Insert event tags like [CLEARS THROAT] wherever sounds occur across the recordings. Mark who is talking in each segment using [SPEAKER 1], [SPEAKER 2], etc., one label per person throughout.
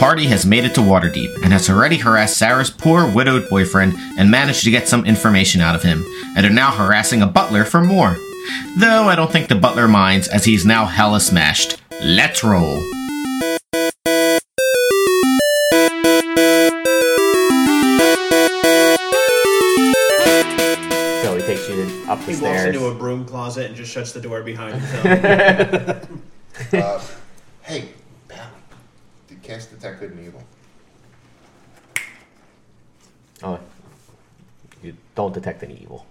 [SPEAKER 1] Marty has made it to Waterdeep and has already harassed Sarah's poor widowed boyfriend and managed to get some information out of him, and are now harassing a butler for more. Though I don't think the butler minds as he's now hella smashed. Let's roll.
[SPEAKER 2] So he takes you up the
[SPEAKER 3] He walks
[SPEAKER 2] stairs.
[SPEAKER 3] into a broom closet and just shuts the door behind
[SPEAKER 2] [LAUGHS]
[SPEAKER 3] himself.
[SPEAKER 4] Uh, hey, pal, d- cast detect good and evil.
[SPEAKER 2] oh, you don't detect any evil.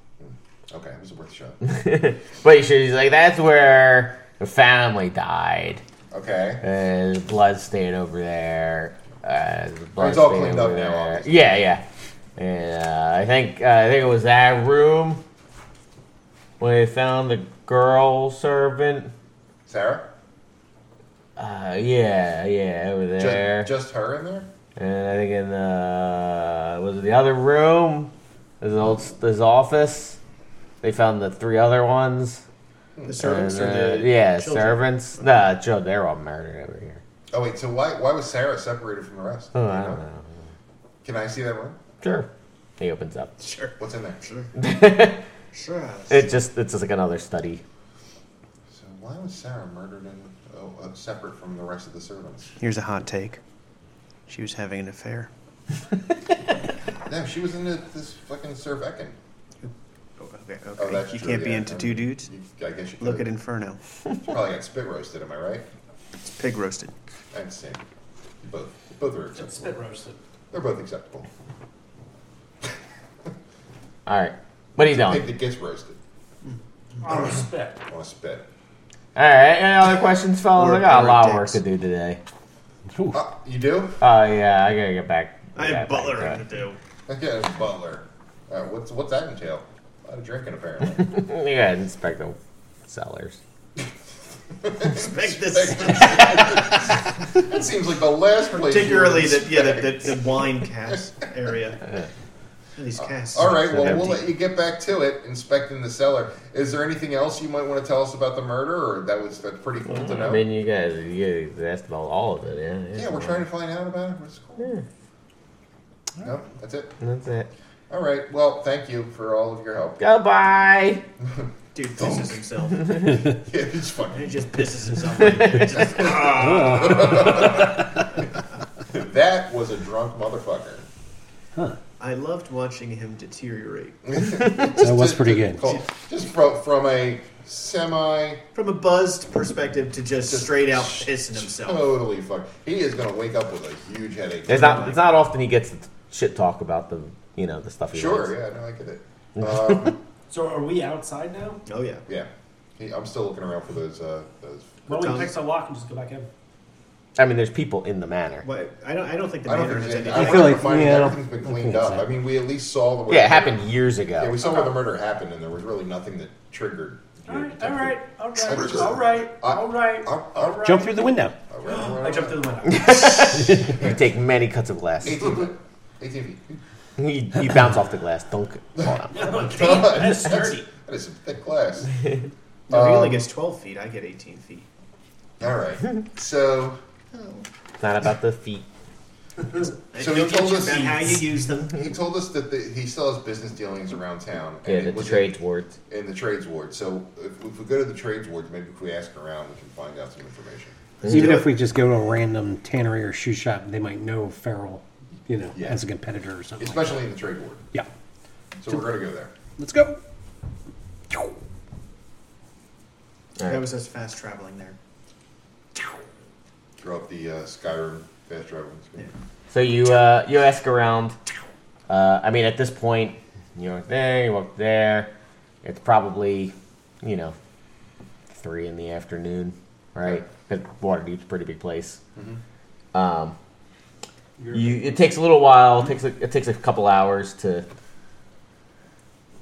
[SPEAKER 4] Okay, it was worth a shot.
[SPEAKER 2] [LAUGHS] But you should, he's like, that's where the family died.
[SPEAKER 4] Okay.
[SPEAKER 2] And blood stain over there. Uh, blood
[SPEAKER 4] It's all
[SPEAKER 2] stain
[SPEAKER 4] cleaned
[SPEAKER 2] over
[SPEAKER 4] up now,
[SPEAKER 2] there.
[SPEAKER 4] obviously.
[SPEAKER 2] Yeah, yeah. And, uh, I think uh, I think it was that room where they found the girl servant.
[SPEAKER 4] Sarah?
[SPEAKER 2] Uh, yeah, yeah, over
[SPEAKER 4] Ju-
[SPEAKER 2] there.
[SPEAKER 4] Just, her in there?
[SPEAKER 2] And I think in the was it the other room, his old his office, they found the three other ones.
[SPEAKER 3] the servants
[SPEAKER 2] And,
[SPEAKER 3] or
[SPEAKER 2] uh,
[SPEAKER 3] the
[SPEAKER 2] yeah,
[SPEAKER 3] Oh, children?
[SPEAKER 2] servants. Nah, Joe, they're all murdered over here.
[SPEAKER 4] Oh, wait, so why why was Sarah separated from the rest?
[SPEAKER 2] Oh, I don't know.
[SPEAKER 4] Can I see that room?
[SPEAKER 2] Sure. He opens up.
[SPEAKER 3] Sure,
[SPEAKER 4] What's in there?
[SPEAKER 3] sure, sure.
[SPEAKER 2] It just it's just like another study.
[SPEAKER 4] So why was Sarah murdered and oh, uh, separate from the rest of the servants?
[SPEAKER 3] Here's a hot take. She was having an affair.
[SPEAKER 4] No, she was in the, this fucking Servekin.
[SPEAKER 3] Okay,
[SPEAKER 4] Oh,
[SPEAKER 3] okay.
[SPEAKER 4] that's
[SPEAKER 3] you
[SPEAKER 4] true,
[SPEAKER 3] can't be
[SPEAKER 4] yeah.
[SPEAKER 3] into two dudes.
[SPEAKER 4] You, I guess you could.
[SPEAKER 3] Look at Inferno.
[SPEAKER 4] Probably got spit roasted, am I right?
[SPEAKER 3] It's pig roasted.
[SPEAKER 4] And same. Both. Both are acceptable.
[SPEAKER 3] roasted.
[SPEAKER 4] They're both acceptable.
[SPEAKER 2] All right. What are you
[SPEAKER 4] Pig
[SPEAKER 2] doing?
[SPEAKER 4] that gets roasted.
[SPEAKER 5] On respect.
[SPEAKER 4] On spit.
[SPEAKER 2] All right. Any other questions, fellas? I
[SPEAKER 3] Or-
[SPEAKER 2] got a
[SPEAKER 3] or
[SPEAKER 2] lot of work to
[SPEAKER 3] dicks.
[SPEAKER 2] do today.
[SPEAKER 4] Uh, you do?
[SPEAKER 2] Oh yeah, I gotta get back.
[SPEAKER 3] I
[SPEAKER 2] gotta
[SPEAKER 3] am
[SPEAKER 2] get back
[SPEAKER 3] butlering
[SPEAKER 2] to
[SPEAKER 3] to do.
[SPEAKER 4] Yeah, it's Butler. Uh, what's what's that entail? A lot of drinking, apparently.
[SPEAKER 2] it. Yeah, inspect the cellars.
[SPEAKER 3] Expect this
[SPEAKER 4] that seems like the last place. you would
[SPEAKER 3] particularly the yeah the,
[SPEAKER 4] expect.
[SPEAKER 3] the, the wine cast area. These casts.
[SPEAKER 4] All right,
[SPEAKER 3] are
[SPEAKER 4] well, we'll
[SPEAKER 3] empty.
[SPEAKER 4] let you get back to it, inspecting the cellar. Is there anything else you might want to tell us about the murder, or that was that's pretty cool to know?
[SPEAKER 2] I mean, you guys, you guys asked about all of it, yeah.
[SPEAKER 4] yeah, we're trying to find out about it. It's cool. No, that's it.
[SPEAKER 2] That's it.
[SPEAKER 4] All right, well, thank you for all of your help.
[SPEAKER 2] Goodbye.
[SPEAKER 3] Dude pisses himself.
[SPEAKER 4] [LAUGHS] Yeah, it's funny.
[SPEAKER 3] he just
[SPEAKER 2] [LAUGHS]
[SPEAKER 3] pisses himself. Like, it's just, ah.
[SPEAKER 4] That was a drunk motherfucker.
[SPEAKER 3] I loved watching him deteriorate
[SPEAKER 4] Just
[SPEAKER 5] was
[SPEAKER 4] to-
[SPEAKER 5] pretty
[SPEAKER 4] to-
[SPEAKER 5] good.
[SPEAKER 4] cool. Just from, from a semi
[SPEAKER 3] from a buzzed perspective to just straight out pissing himself.
[SPEAKER 4] Totally fuck. He is gonna wake up with a huge headache.
[SPEAKER 2] It's not. It's not often he gets to shit talk about the you know the stuff he
[SPEAKER 4] Sure.
[SPEAKER 2] likes.
[SPEAKER 4] Yeah. No, I get it. Um,
[SPEAKER 5] So are we outside now?
[SPEAKER 3] Oh yeah.
[SPEAKER 4] yeah. He, I'm still looking around for those. Uh, those.
[SPEAKER 5] Well, we
[SPEAKER 3] Tom.
[SPEAKER 5] can fix the lock and just go back in.
[SPEAKER 2] I mean, there's people in the manor.
[SPEAKER 3] What? I don't. I don't think the
[SPEAKER 4] I don't
[SPEAKER 3] manor has
[SPEAKER 4] think there's
[SPEAKER 3] anything.
[SPEAKER 4] any.
[SPEAKER 3] I,
[SPEAKER 4] I,
[SPEAKER 6] I feel
[SPEAKER 4] feel like
[SPEAKER 6] like,
[SPEAKER 4] finding
[SPEAKER 6] yeah, I don't-
[SPEAKER 4] everything's been
[SPEAKER 6] I don't
[SPEAKER 4] cleaned
[SPEAKER 6] think it's
[SPEAKER 4] up. I
[SPEAKER 6] that.
[SPEAKER 4] mean, we at least saw the. Way
[SPEAKER 2] Yeah, it happened years ago.
[SPEAKER 4] Yeah, we saw where the murder happened, and there was really nothing that triggered.
[SPEAKER 5] All right, all right, all right,
[SPEAKER 4] Sure.
[SPEAKER 5] all right, all right,
[SPEAKER 4] Uh,
[SPEAKER 5] all right. [GASPS]
[SPEAKER 6] Jump through the window.
[SPEAKER 4] All right, all right,
[SPEAKER 5] I
[SPEAKER 4] all
[SPEAKER 5] jumped
[SPEAKER 4] right.
[SPEAKER 5] through the
[SPEAKER 4] [LAUGHS]
[SPEAKER 5] window. [LAUGHS]
[SPEAKER 2] You take many cuts of glass. you,
[SPEAKER 4] 18 feet. 18 feet.
[SPEAKER 2] [LAUGHS]
[SPEAKER 4] [LAUGHS]
[SPEAKER 2] you bounce off the glass. Don't fall out.
[SPEAKER 5] Damn, that's sturdy.
[SPEAKER 4] That is some thick glass.
[SPEAKER 3] no, he only
[SPEAKER 4] Um,
[SPEAKER 3] gets twelve feet. I get eighteen feet.
[SPEAKER 4] All right. So,
[SPEAKER 2] It's not about the feet.
[SPEAKER 4] So
[SPEAKER 3] So
[SPEAKER 4] he
[SPEAKER 3] he
[SPEAKER 4] told
[SPEAKER 3] told
[SPEAKER 4] us
[SPEAKER 3] about
[SPEAKER 4] he-
[SPEAKER 3] how you use them.
[SPEAKER 4] he told us that the, he still has business dealings around town. and
[SPEAKER 2] Yeah,
[SPEAKER 4] it
[SPEAKER 2] the, the
[SPEAKER 4] was-
[SPEAKER 2] trades words.
[SPEAKER 4] in the trades ward. So if, if we go to the trades ward, maybe if we ask around, we can find out some information.
[SPEAKER 6] Even if we just go to a random tannery or shoe shop, they might know Farrell, you know,
[SPEAKER 4] Yeah.
[SPEAKER 6] as a competitor or something. like that.
[SPEAKER 4] Especially in the trade ward.
[SPEAKER 6] yeah.
[SPEAKER 4] So we're going to go there.
[SPEAKER 6] Let's go.
[SPEAKER 3] That was us fast traveling there.
[SPEAKER 4] Throw up the uh, Skyrim fast traveling screen.
[SPEAKER 2] So you uh, you ask around. Uh, I mean, at this point, you walk there, you walk there. It's probably, you know, three in the afternoon, right? Because Waterdeep's a pretty big place.
[SPEAKER 4] Mm-hmm.
[SPEAKER 2] Um, you, it takes a little while. It takes a, it takes a couple hours to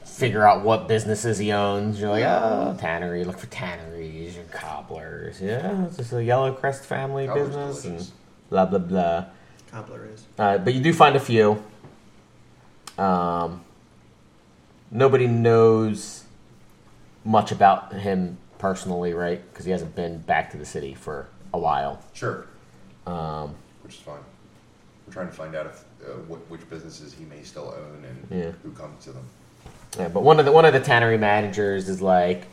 [SPEAKER 2] figure out what businesses he owns. You're like, oh, tannery. Look for tanneries. Your cobblers. Yeah, it's just a Yellow Crest family
[SPEAKER 4] Cobblers
[SPEAKER 2] business.
[SPEAKER 4] delicious.
[SPEAKER 2] And blah blah blah.
[SPEAKER 3] Cobbler is.
[SPEAKER 2] Uh, but you do find a few. Um, nobody knows much about him personally, right? Because he hasn't been back to the city for a while.
[SPEAKER 4] Sure. Um, Which is fine. We're trying to find out if uh, wh- which businesses he may still own and
[SPEAKER 2] Yeah.
[SPEAKER 4] who comes to them.
[SPEAKER 2] Yeah, but one of the one of the tannery managers is like,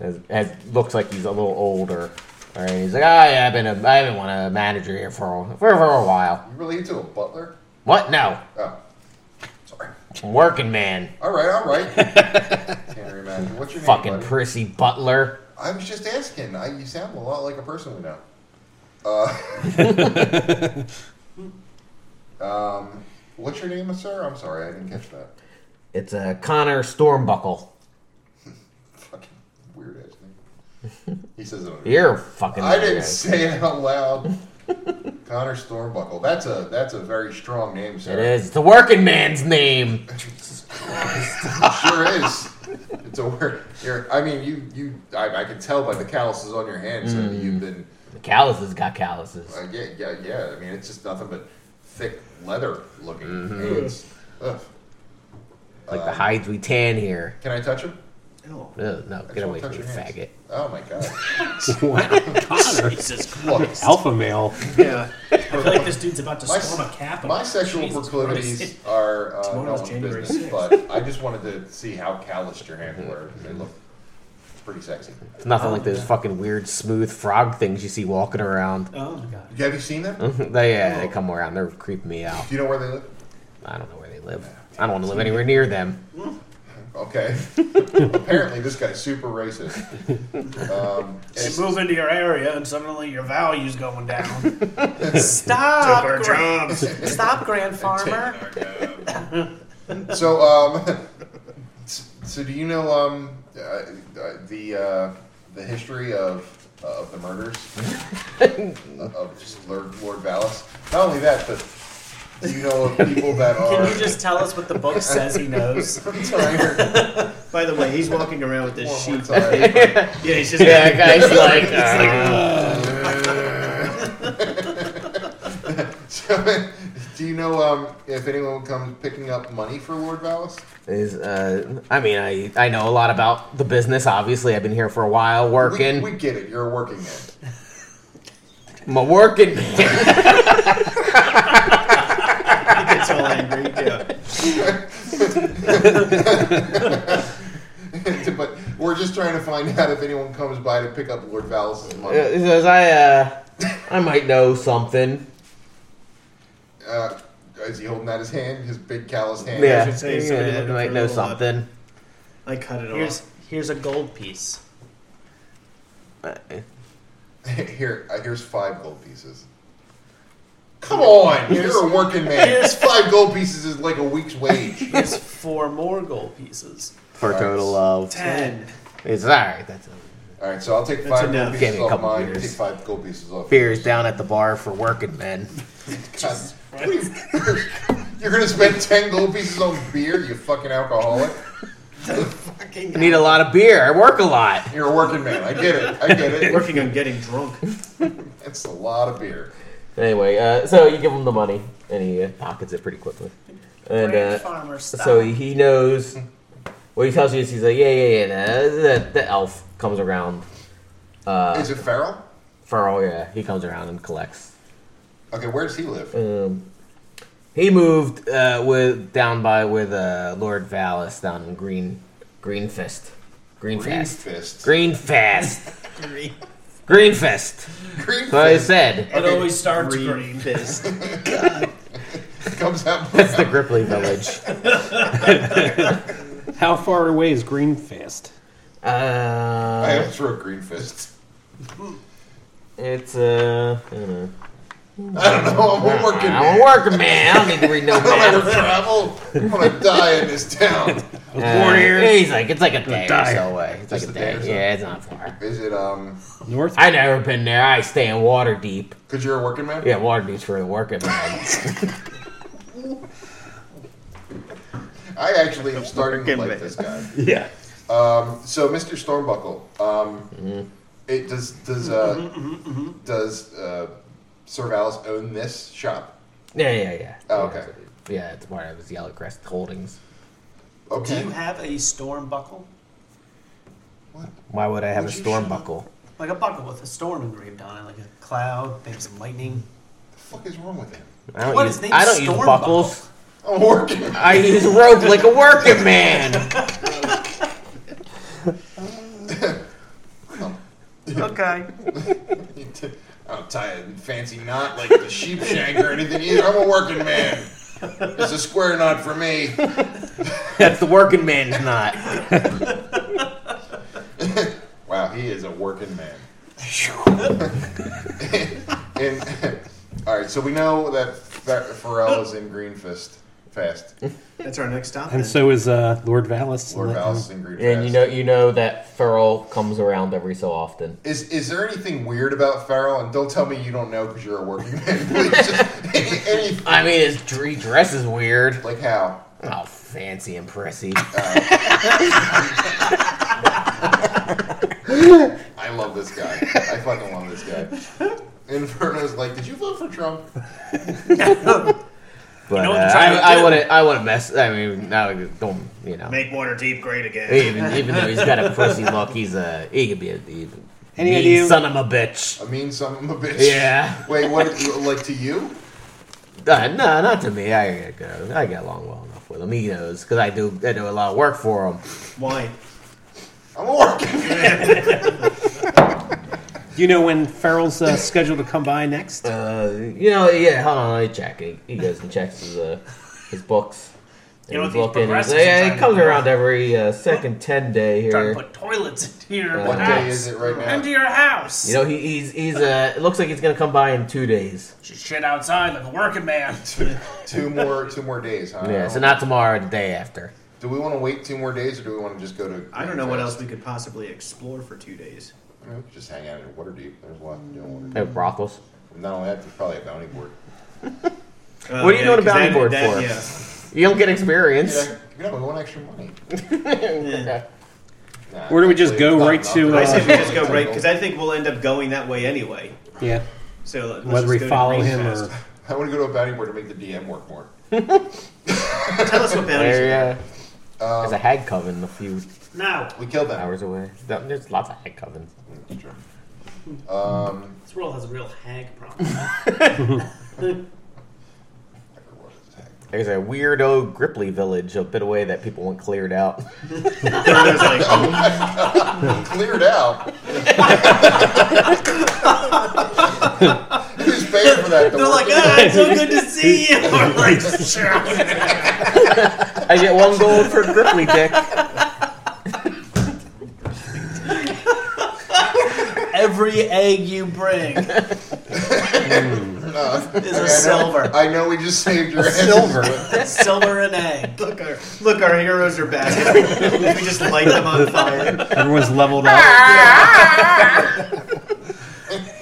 [SPEAKER 2] has, has looks like he's a little older. All right, he's like, oh, yeah, I've been a I've been one of the manager here for a, for, for a while.
[SPEAKER 4] You related to a butler?
[SPEAKER 2] What? No,
[SPEAKER 4] Oh, sorry.
[SPEAKER 2] I'm working man,
[SPEAKER 4] All right,
[SPEAKER 2] [LAUGHS]
[SPEAKER 4] all right. Can't imagine. What's your
[SPEAKER 2] fucking
[SPEAKER 4] name, buddy?
[SPEAKER 2] prissy butler.
[SPEAKER 4] I was just asking. I, you sound a lot like a person we know. Uh, um, what's your name, sir? I'm sorry, I didn't catch that.
[SPEAKER 2] It's a Connor Stormbuckle.
[SPEAKER 4] Fucking weird ass name. He says it. on-
[SPEAKER 2] You're a fucking.
[SPEAKER 4] I didn't
[SPEAKER 2] weirdo.
[SPEAKER 4] say it out
[SPEAKER 2] [LAUGHS]
[SPEAKER 4] loud. Connor Stormbuckle. That's a that's a very strong name, sir.
[SPEAKER 2] It
[SPEAKER 4] [LAUGHS]
[SPEAKER 2] is the working man's name.
[SPEAKER 4] sure is. It's a word. You're, I mean, you you. I, I can tell by the calluses on your hands that
[SPEAKER 2] Mm.
[SPEAKER 4] you've been.
[SPEAKER 2] The calluses got calluses.
[SPEAKER 4] Uh, yeah, yeah, yeah. I mean, it's just nothing but thick leather looking hands. Ugh.
[SPEAKER 2] Like the hides we tan here.
[SPEAKER 4] Can I touch him?
[SPEAKER 3] No.
[SPEAKER 2] Ugh, no,
[SPEAKER 4] I
[SPEAKER 2] get
[SPEAKER 4] just wanna
[SPEAKER 2] away from
[SPEAKER 4] touch
[SPEAKER 2] me,
[SPEAKER 4] your hands.
[SPEAKER 2] faggot.
[SPEAKER 4] Oh my god.
[SPEAKER 6] [LAUGHS] Wow, Connor,
[SPEAKER 5] Jesus
[SPEAKER 4] Look,
[SPEAKER 6] alpha male.
[SPEAKER 3] Yeah.
[SPEAKER 5] I feel like this dude's about to
[SPEAKER 4] My-
[SPEAKER 5] storm a cap. [LAUGHS]
[SPEAKER 4] my sexual
[SPEAKER 5] Jesus
[SPEAKER 4] proclivities
[SPEAKER 5] Christ.
[SPEAKER 4] are uh, no
[SPEAKER 5] Tomorrow's
[SPEAKER 4] one's
[SPEAKER 5] January
[SPEAKER 4] business,
[SPEAKER 5] 6th.
[SPEAKER 4] but I just wanted to see how calloused your hands were. 'cause They look pretty sexy.
[SPEAKER 2] It's nothing like those fucking weird smooth frog things you see walking around.
[SPEAKER 5] Oh my god.
[SPEAKER 4] Have you seen them?
[SPEAKER 2] [LAUGHS] they, yeah, they come around. They're creeping me out.
[SPEAKER 4] Do you know where they live?
[SPEAKER 2] I don't know where they live. I don't want to live anywhere near them.
[SPEAKER 4] Okay. Apparently, this guy's super racist. Um, and-
[SPEAKER 5] You move into your area and suddenly your value's
[SPEAKER 3] [LAUGHS]
[SPEAKER 5] going down.
[SPEAKER 3] Stop.
[SPEAKER 5] Our jobs.
[SPEAKER 3] Stop, Grand Farmer.
[SPEAKER 4] [LAUGHS] so, um, s- so do you know um, uh, uh, the uh, the history of uh, of the
[SPEAKER 5] [LAUGHS]
[SPEAKER 4] murders of, of just Lord Lord Valis? Not only that, but do you know of people that are?
[SPEAKER 5] [LAUGHS] Can you just tell us what the book says he knows?
[SPEAKER 4] [LAUGHS] I'm sorry.
[SPEAKER 3] By the way, he's walking around with this
[SPEAKER 4] One more
[SPEAKER 3] sheet.
[SPEAKER 4] time.
[SPEAKER 3] Yeah, he's just.
[SPEAKER 2] Yeah, that guy's like, uh,
[SPEAKER 5] [LAUGHS]
[SPEAKER 4] So, [LAUGHS] do you know um, if anyone comes picking up money for Lord Valis?
[SPEAKER 2] is, uh, I mean, I, I know a lot about the business. Obviously, I've been here for a while
[SPEAKER 4] We,
[SPEAKER 2] working.
[SPEAKER 4] we get it. You're a working man. [LAUGHS]
[SPEAKER 2] I'm a working [LAUGHS] man.
[SPEAKER 3] He gets all angry. Yeah.
[SPEAKER 4] but we're just trying to find out if anyone comes by to pick up Lord Valis'
[SPEAKER 2] Uh,
[SPEAKER 4] money.
[SPEAKER 2] He says, I, uh, I might know something.
[SPEAKER 4] Uh, is he holding out his hand, his big calloused hand?
[SPEAKER 2] Yeah,
[SPEAKER 3] should say
[SPEAKER 2] yeah,
[SPEAKER 3] somebody
[SPEAKER 2] I
[SPEAKER 3] looking for a
[SPEAKER 2] might know
[SPEAKER 3] little, uh,
[SPEAKER 2] something.
[SPEAKER 3] I cut it off.
[SPEAKER 5] Here's here's a gold piece.
[SPEAKER 4] [LAUGHS] Here, uh, here's five gold pieces. Come on, you're a working man. Here's five gold pieces is like a week's wage.
[SPEAKER 5] Here's four more gold pieces.
[SPEAKER 2] For a total of.
[SPEAKER 5] Ten.
[SPEAKER 2] It's alright. That's
[SPEAKER 4] [LAUGHS] All right, so I'll take
[SPEAKER 3] That's
[SPEAKER 4] five gold
[SPEAKER 3] enough.
[SPEAKER 2] Give
[SPEAKER 4] pieces
[SPEAKER 2] me a
[SPEAKER 4] off
[SPEAKER 2] couple
[SPEAKER 4] mine.
[SPEAKER 2] beers.
[SPEAKER 4] Take five gold pieces off.
[SPEAKER 2] beers down at the bar for working men.
[SPEAKER 4] God, what are you- you're gonna spend ten gold pieces on beer, you fucking alcoholic.
[SPEAKER 2] I need a lot of beer. I work a lot.
[SPEAKER 4] You're a working man. I get it. I get it.
[SPEAKER 3] Working on getting
[SPEAKER 5] [LAUGHS]
[SPEAKER 3] drunk.
[SPEAKER 4] It's a lot of beer.
[SPEAKER 2] Anyway, uh, so you give him the money, and he uh, pockets it pretty quickly. And
[SPEAKER 5] Grand
[SPEAKER 2] uh,
[SPEAKER 5] farmer style.
[SPEAKER 2] so he- he knows what he tells you is he's like, yeah, yeah, yeah. The, the, the elf comes around. Uh,
[SPEAKER 4] Is it Farrell?
[SPEAKER 2] Furl, yeah, he comes around and collects.
[SPEAKER 4] Okay, where does he live?
[SPEAKER 2] Um, he moved uh, with down by with uh, Lord Valis down in Green Greenfist, Greenfast,
[SPEAKER 4] Greenfist.
[SPEAKER 2] Greenfast,
[SPEAKER 3] Green
[SPEAKER 2] Greenfist. That's what I
[SPEAKER 4] Greenfist
[SPEAKER 2] said.
[SPEAKER 5] it always starts
[SPEAKER 3] green
[SPEAKER 5] green.
[SPEAKER 3] fist.
[SPEAKER 4] comes out.
[SPEAKER 2] That's the Gripley village.
[SPEAKER 6] How far away is Greenfest?
[SPEAKER 4] I
[SPEAKER 2] [LAUGHS] Uh,
[SPEAKER 4] almost wrote Greenfist.
[SPEAKER 2] it's uh, I don't know.
[SPEAKER 4] I don't know. I'm a working
[SPEAKER 2] I'm
[SPEAKER 4] man.
[SPEAKER 2] a working man. I don't need to [LAUGHS] read no
[SPEAKER 4] I'm gonna
[SPEAKER 2] math.
[SPEAKER 4] travel. I'm gonna die in this town.
[SPEAKER 6] I was
[SPEAKER 2] Uh,
[SPEAKER 6] born here.
[SPEAKER 2] he's like, it's like a day or
[SPEAKER 6] die.
[SPEAKER 2] so away. It's like
[SPEAKER 4] Just
[SPEAKER 2] a
[SPEAKER 4] a day
[SPEAKER 2] day.
[SPEAKER 4] or so.
[SPEAKER 2] Yeah, it's not far.
[SPEAKER 4] Is it um?
[SPEAKER 6] North.
[SPEAKER 2] I never been there. I stay in Waterdeep.
[SPEAKER 4] Cause you're a working man.
[SPEAKER 2] Yeah, Waterdeep's for the working man. [LAUGHS]
[SPEAKER 4] I actually am starting to
[SPEAKER 3] Working man.
[SPEAKER 4] like this [LAUGHS] guy.
[SPEAKER 6] Yeah.
[SPEAKER 4] Um. So, Mr. Stormbuckle. Um. It does does uh does uh Sir Valis own this shop?
[SPEAKER 2] yeah, yeah, yeah.
[SPEAKER 4] Oh, okay.
[SPEAKER 2] Yeah, it's part of his Yellow Crest Holdings.
[SPEAKER 5] Do
[SPEAKER 4] Okay.
[SPEAKER 5] you have a storm buckle?
[SPEAKER 2] Why would I have
[SPEAKER 4] Would
[SPEAKER 2] a
[SPEAKER 4] you
[SPEAKER 2] storm
[SPEAKER 4] shut up?
[SPEAKER 2] buckle?
[SPEAKER 3] [LAUGHS]
[SPEAKER 5] Like a buckle with a storm engraved on it, like a cloud, maybe some lightning.
[SPEAKER 4] the fuck is wrong with him?
[SPEAKER 2] I don't
[SPEAKER 5] What,
[SPEAKER 2] use,
[SPEAKER 5] his name's
[SPEAKER 2] I don't use
[SPEAKER 5] Stormbuckle?
[SPEAKER 2] buckles.
[SPEAKER 4] I'm working. [LAUGHS]
[SPEAKER 2] I use rope like a working man.
[SPEAKER 5] Okay.
[SPEAKER 4] I don't tie a fancy knot like the sheep shank or anything either. I'm a working man. It's a square knot for me.
[SPEAKER 2] [LAUGHS] That's the working man's knot.
[SPEAKER 4] Wow, he is a working [LAUGHS] man. and, all right, so we know that Fer- Pharrell is in Greenfist Fast.
[SPEAKER 3] That's our next stop.
[SPEAKER 6] And
[SPEAKER 3] then.
[SPEAKER 6] so is uh, Lord Valis.
[SPEAKER 4] Lord
[SPEAKER 6] and that-
[SPEAKER 4] Valis is in Greenfist.
[SPEAKER 2] And you know, you know that Ferrell comes around every so often.
[SPEAKER 4] Is, is there anything weird about Farrell? And don't tell me you don't know because you're a working man. [LAUGHS] Please, just any, any,
[SPEAKER 2] I mean, his dre- dress is weird.
[SPEAKER 4] like how?
[SPEAKER 2] Oh, fancy and pressy.
[SPEAKER 4] I love this guy. I fucking love this guy. Inferno's like, did you vote for Trump?
[SPEAKER 2] But
[SPEAKER 5] what
[SPEAKER 2] uh,
[SPEAKER 5] they're trying to
[SPEAKER 2] I, I
[SPEAKER 5] do?
[SPEAKER 2] wouldn't. I wouldn't mess. I mean, no, don't you know?
[SPEAKER 3] Make water deep great again.
[SPEAKER 2] Even, even though he's got a prissy look, he's a he could be a even
[SPEAKER 6] Any
[SPEAKER 2] mean
[SPEAKER 6] idea-
[SPEAKER 2] son of a bitch.
[SPEAKER 4] I mean, some of a bitch.
[SPEAKER 2] Yeah.
[SPEAKER 4] [LAUGHS] Wait, what? Like to you?
[SPEAKER 2] Uh, no, not to me. I got I get along well enough with him. He knows because I do. I do a lot of work for him.
[SPEAKER 3] Why?
[SPEAKER 4] I'm a working man.
[SPEAKER 6] Do you know when Farrell's uh, scheduled to come by next?
[SPEAKER 2] Uh, you know, yeah. Hold on, let me check. He, he goes and checks his uh, his books.
[SPEAKER 5] You know
[SPEAKER 2] he's
[SPEAKER 5] what these
[SPEAKER 2] looking, he's
[SPEAKER 5] progressives
[SPEAKER 2] like,
[SPEAKER 5] are
[SPEAKER 2] yeah,
[SPEAKER 5] trying
[SPEAKER 2] he
[SPEAKER 5] to
[SPEAKER 2] comes
[SPEAKER 5] do?
[SPEAKER 2] around every uh, second ten day
[SPEAKER 5] Trying
[SPEAKER 2] here.
[SPEAKER 5] to put toilets into your
[SPEAKER 4] What
[SPEAKER 5] house.
[SPEAKER 4] day is it right now?
[SPEAKER 5] Into your house.
[SPEAKER 2] You know, he, he's he's uh, it looks like he's gonna come by in two days.
[SPEAKER 5] Just shit outside like a working man.
[SPEAKER 4] two more, two more days, huh?
[SPEAKER 2] Yeah, so not tomorrow, the day after.
[SPEAKER 4] Do we want to wait two more days, or do we want to just go to?
[SPEAKER 3] I don't know what else we could possibly explore for two days.
[SPEAKER 4] I mean, we could just hang out in Waterdeep. There's a lot to do in Waterdeep.
[SPEAKER 2] At brothels.
[SPEAKER 4] Not only that, there's probably a bounty board.
[SPEAKER 3] Uh,
[SPEAKER 2] What are you doing a
[SPEAKER 3] 'cause
[SPEAKER 2] bounty
[SPEAKER 3] that-
[SPEAKER 2] board
[SPEAKER 3] that-
[SPEAKER 2] for?
[SPEAKER 3] Yeah.
[SPEAKER 2] You don't get experience.
[SPEAKER 4] [LAUGHS] Yeah, you know, we want extra money. [LAUGHS] Nah,
[SPEAKER 6] Or do we just
[SPEAKER 4] actually, it's
[SPEAKER 6] go
[SPEAKER 4] not
[SPEAKER 6] right
[SPEAKER 4] enough.
[SPEAKER 6] to,
[SPEAKER 3] I
[SPEAKER 6] uh,
[SPEAKER 3] say we
[SPEAKER 4] [LAUGHS]
[SPEAKER 2] [LAUGHS]
[SPEAKER 3] just go right because I think we'll end up going that way anyway.
[SPEAKER 6] yeah.
[SPEAKER 3] So let's
[SPEAKER 6] Whether
[SPEAKER 3] just
[SPEAKER 6] we
[SPEAKER 3] go to
[SPEAKER 6] follow
[SPEAKER 3] Green
[SPEAKER 6] him
[SPEAKER 3] Fest.
[SPEAKER 6] or.
[SPEAKER 4] I want to go to a bounty board to make the DM work more.
[SPEAKER 3] tell us
[SPEAKER 2] [LAUGHS]
[SPEAKER 3] what bounties.
[SPEAKER 2] There, yeah.
[SPEAKER 3] [LAUGHS] are.
[SPEAKER 2] There's a hag coven a few
[SPEAKER 5] no.
[SPEAKER 4] We killed them.
[SPEAKER 2] hours away. Th- There's lots of hag covens.
[SPEAKER 4] Sure. Um,
[SPEAKER 5] This world has a real hag problem. [LAUGHS]
[SPEAKER 2] There's a weirdo Gripply village a bit away that people want cleared out. [LAUGHS]
[SPEAKER 3] There's like,
[SPEAKER 4] cleared out. [LAUGHS] Who's paying for that? The
[SPEAKER 5] They're like,
[SPEAKER 4] working-
[SPEAKER 5] ah, it's so good to see [LAUGHS] you. Or like, sure.
[SPEAKER 2] I get one gold for Gripply dick.
[SPEAKER 5] Every egg you bring is a silver.
[SPEAKER 4] I know we just saved your asses,
[SPEAKER 6] silver.
[SPEAKER 4] but-
[SPEAKER 5] Silver and egg.
[SPEAKER 3] look, our, look, our heroes are back. [LAUGHS] we just light them on fire.
[SPEAKER 6] Everyone's leveled up.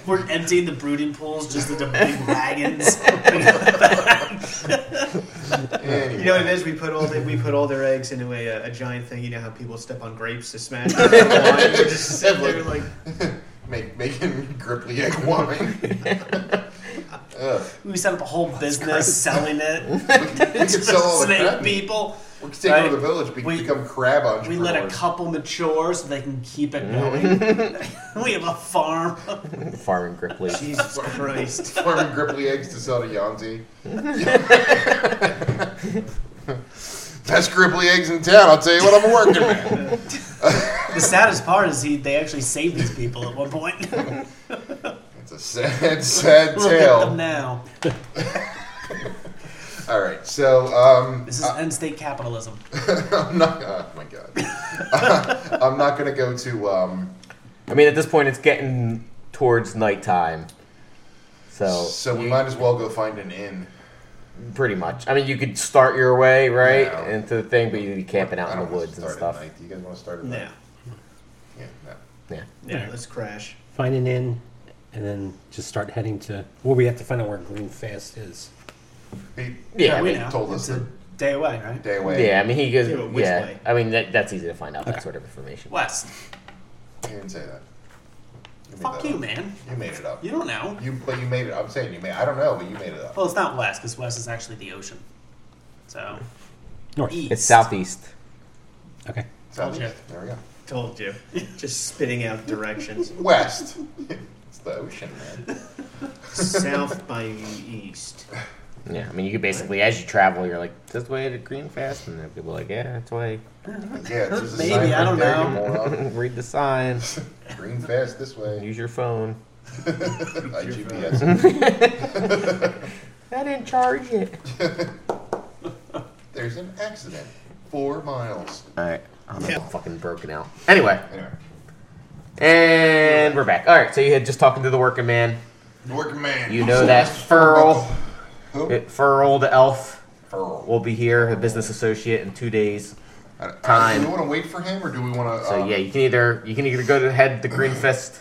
[SPEAKER 5] We're emptying the brooding pools just
[SPEAKER 4] [LAUGHS]
[SPEAKER 5] into big wagons.
[SPEAKER 4] [LAUGHS] Anyway.
[SPEAKER 3] You know what it is? We put all the, we put all their eggs into a, uh, a giant thing. You know how people step on grapes to smash [LAUGHS] them. We're just sitting there like,
[SPEAKER 4] Make, making [LAUGHS] Gripply egg
[SPEAKER 5] [LAUGHS]
[SPEAKER 4] wine. Ugh.
[SPEAKER 5] we set up a whole business selling it.
[SPEAKER 4] [LAUGHS] We could sell all the
[SPEAKER 5] Snake
[SPEAKER 4] crab. meat.
[SPEAKER 5] people.
[SPEAKER 4] We could take
[SPEAKER 5] Right.
[SPEAKER 4] over the village. We could
[SPEAKER 5] We-
[SPEAKER 4] become crab entrepreneurs.
[SPEAKER 5] We let a
[SPEAKER 4] [LAUGHS]
[SPEAKER 5] couple mature so they can keep it going. we have a farm.
[SPEAKER 2] Farming Gripply.
[SPEAKER 3] Jesus Christ.
[SPEAKER 4] farming Gripply eggs to sell to
[SPEAKER 5] [LAUGHS]
[SPEAKER 4] Yanzi. Best Gripply eggs in town. I'll tell you what, I'm a working
[SPEAKER 5] [LAUGHS]
[SPEAKER 4] man.
[SPEAKER 5] The saddest part is he, they actually saved these people at one point.
[SPEAKER 4] [LAUGHS]
[SPEAKER 5] Look
[SPEAKER 4] It's a sad, sad
[SPEAKER 5] at them
[SPEAKER 4] tale.
[SPEAKER 5] now.
[SPEAKER 4] All right, so um, [LAUGHS]
[SPEAKER 5] This is end state capitalism.
[SPEAKER 4] I'm not. Oh my god, [LAUGHS] I'm not gonna go to. Um,
[SPEAKER 2] I mean, at this point, it's getting towards nighttime. So,
[SPEAKER 4] so we might as well go find an inn.
[SPEAKER 2] pretty much. I mean, you could start your way, right,
[SPEAKER 4] No.
[SPEAKER 2] into the thing, but you'd be camping out
[SPEAKER 4] I
[SPEAKER 2] in the
[SPEAKER 4] don't want
[SPEAKER 2] woods
[SPEAKER 4] to
[SPEAKER 2] and
[SPEAKER 4] start
[SPEAKER 2] stuff.
[SPEAKER 4] At night. Do you guys want to start at night?
[SPEAKER 3] No.
[SPEAKER 4] Yeah, no.
[SPEAKER 2] Yeah.
[SPEAKER 3] Yeah, let's crash.
[SPEAKER 6] Find an inn and then just start heading to. Well, we have to find out where Green Fast is.
[SPEAKER 4] He
[SPEAKER 2] Yeah, I
[SPEAKER 5] we
[SPEAKER 2] mean,
[SPEAKER 5] know.
[SPEAKER 4] told us
[SPEAKER 5] It's a day away, right?
[SPEAKER 4] day away.
[SPEAKER 2] yeah, I mean, he goes,
[SPEAKER 3] Yeah,
[SPEAKER 2] yeah.
[SPEAKER 3] but which way?
[SPEAKER 2] I mean, that, that's easy to find out that
[SPEAKER 6] Okay.
[SPEAKER 2] sort of information.
[SPEAKER 5] West.
[SPEAKER 4] You didn't say that. You made
[SPEAKER 5] Fuck
[SPEAKER 4] that
[SPEAKER 5] you,
[SPEAKER 4] up.
[SPEAKER 5] man.
[SPEAKER 4] You made it up.
[SPEAKER 5] You don't know.
[SPEAKER 4] You, but you made it. I'm saying you made. I don't know, but you made it up.
[SPEAKER 5] Well, it's not west because west is actually the ocean. So
[SPEAKER 6] North.
[SPEAKER 5] east.
[SPEAKER 2] It's southeast.
[SPEAKER 6] Okay.
[SPEAKER 4] Southeast.
[SPEAKER 5] yeah.
[SPEAKER 4] There we go.
[SPEAKER 3] Told you. Just spitting out directions.
[SPEAKER 4] [LAUGHS] West. it's the ocean, man.
[SPEAKER 3] South by east.
[SPEAKER 2] Yeah, I mean, you could basically, as you travel, you're like, this way to Greenfast, and then people are like, yeah, that's way.
[SPEAKER 4] Yeah, it's just a
[SPEAKER 5] Maybe,
[SPEAKER 4] sign
[SPEAKER 5] I
[SPEAKER 4] right
[SPEAKER 5] don't
[SPEAKER 4] there, you
[SPEAKER 5] know.
[SPEAKER 2] [LAUGHS]
[SPEAKER 4] moron.
[SPEAKER 5] [LAUGHS]
[SPEAKER 2] Read the sign.
[SPEAKER 4] Green fast this way. [LAUGHS]
[SPEAKER 2] Use your phone. [LAUGHS]
[SPEAKER 4] I GPS.
[SPEAKER 2] I didn't charge it.
[SPEAKER 4] [LAUGHS] There's an accident. Four miles.
[SPEAKER 2] All right, I'm
[SPEAKER 3] Yeah.
[SPEAKER 2] fucking broken out. Anyway,
[SPEAKER 4] Anyway,
[SPEAKER 2] and we're back. All right, so you had just talking to the working man.
[SPEAKER 4] working man.
[SPEAKER 2] You know
[SPEAKER 4] [LAUGHS]
[SPEAKER 2] that Furl,
[SPEAKER 4] Who?
[SPEAKER 2] it- Furl the elf
[SPEAKER 4] Furl.
[SPEAKER 2] will be here, a business associate, in two days.
[SPEAKER 4] I- I-
[SPEAKER 2] time.
[SPEAKER 4] Do we want to wait for him, or do we uh, want to?
[SPEAKER 2] So yeah, you can either you can either go to head to Greenfest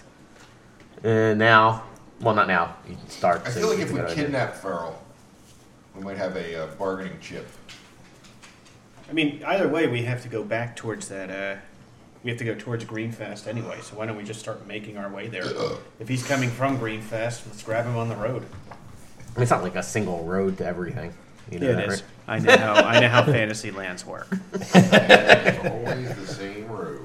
[SPEAKER 2] uh, now. Well, not now. You can start.
[SPEAKER 4] I
[SPEAKER 2] so
[SPEAKER 4] feel
[SPEAKER 2] you
[SPEAKER 4] like if
[SPEAKER 2] can
[SPEAKER 4] we
[SPEAKER 2] go to-
[SPEAKER 4] kidnap Farrell, we might have a uh, bargaining chip.
[SPEAKER 3] I mean, either way, we have to go back towards that. Uh, we have to go towards Greenfest anyway. So why don't we just start making our way there? if he's coming from Greenfest, let's grab him on the road.
[SPEAKER 2] I mean, it's not like a single road to everything. You know that, right?
[SPEAKER 3] I know how I know how fantasy lands work.
[SPEAKER 4] It's always the same road.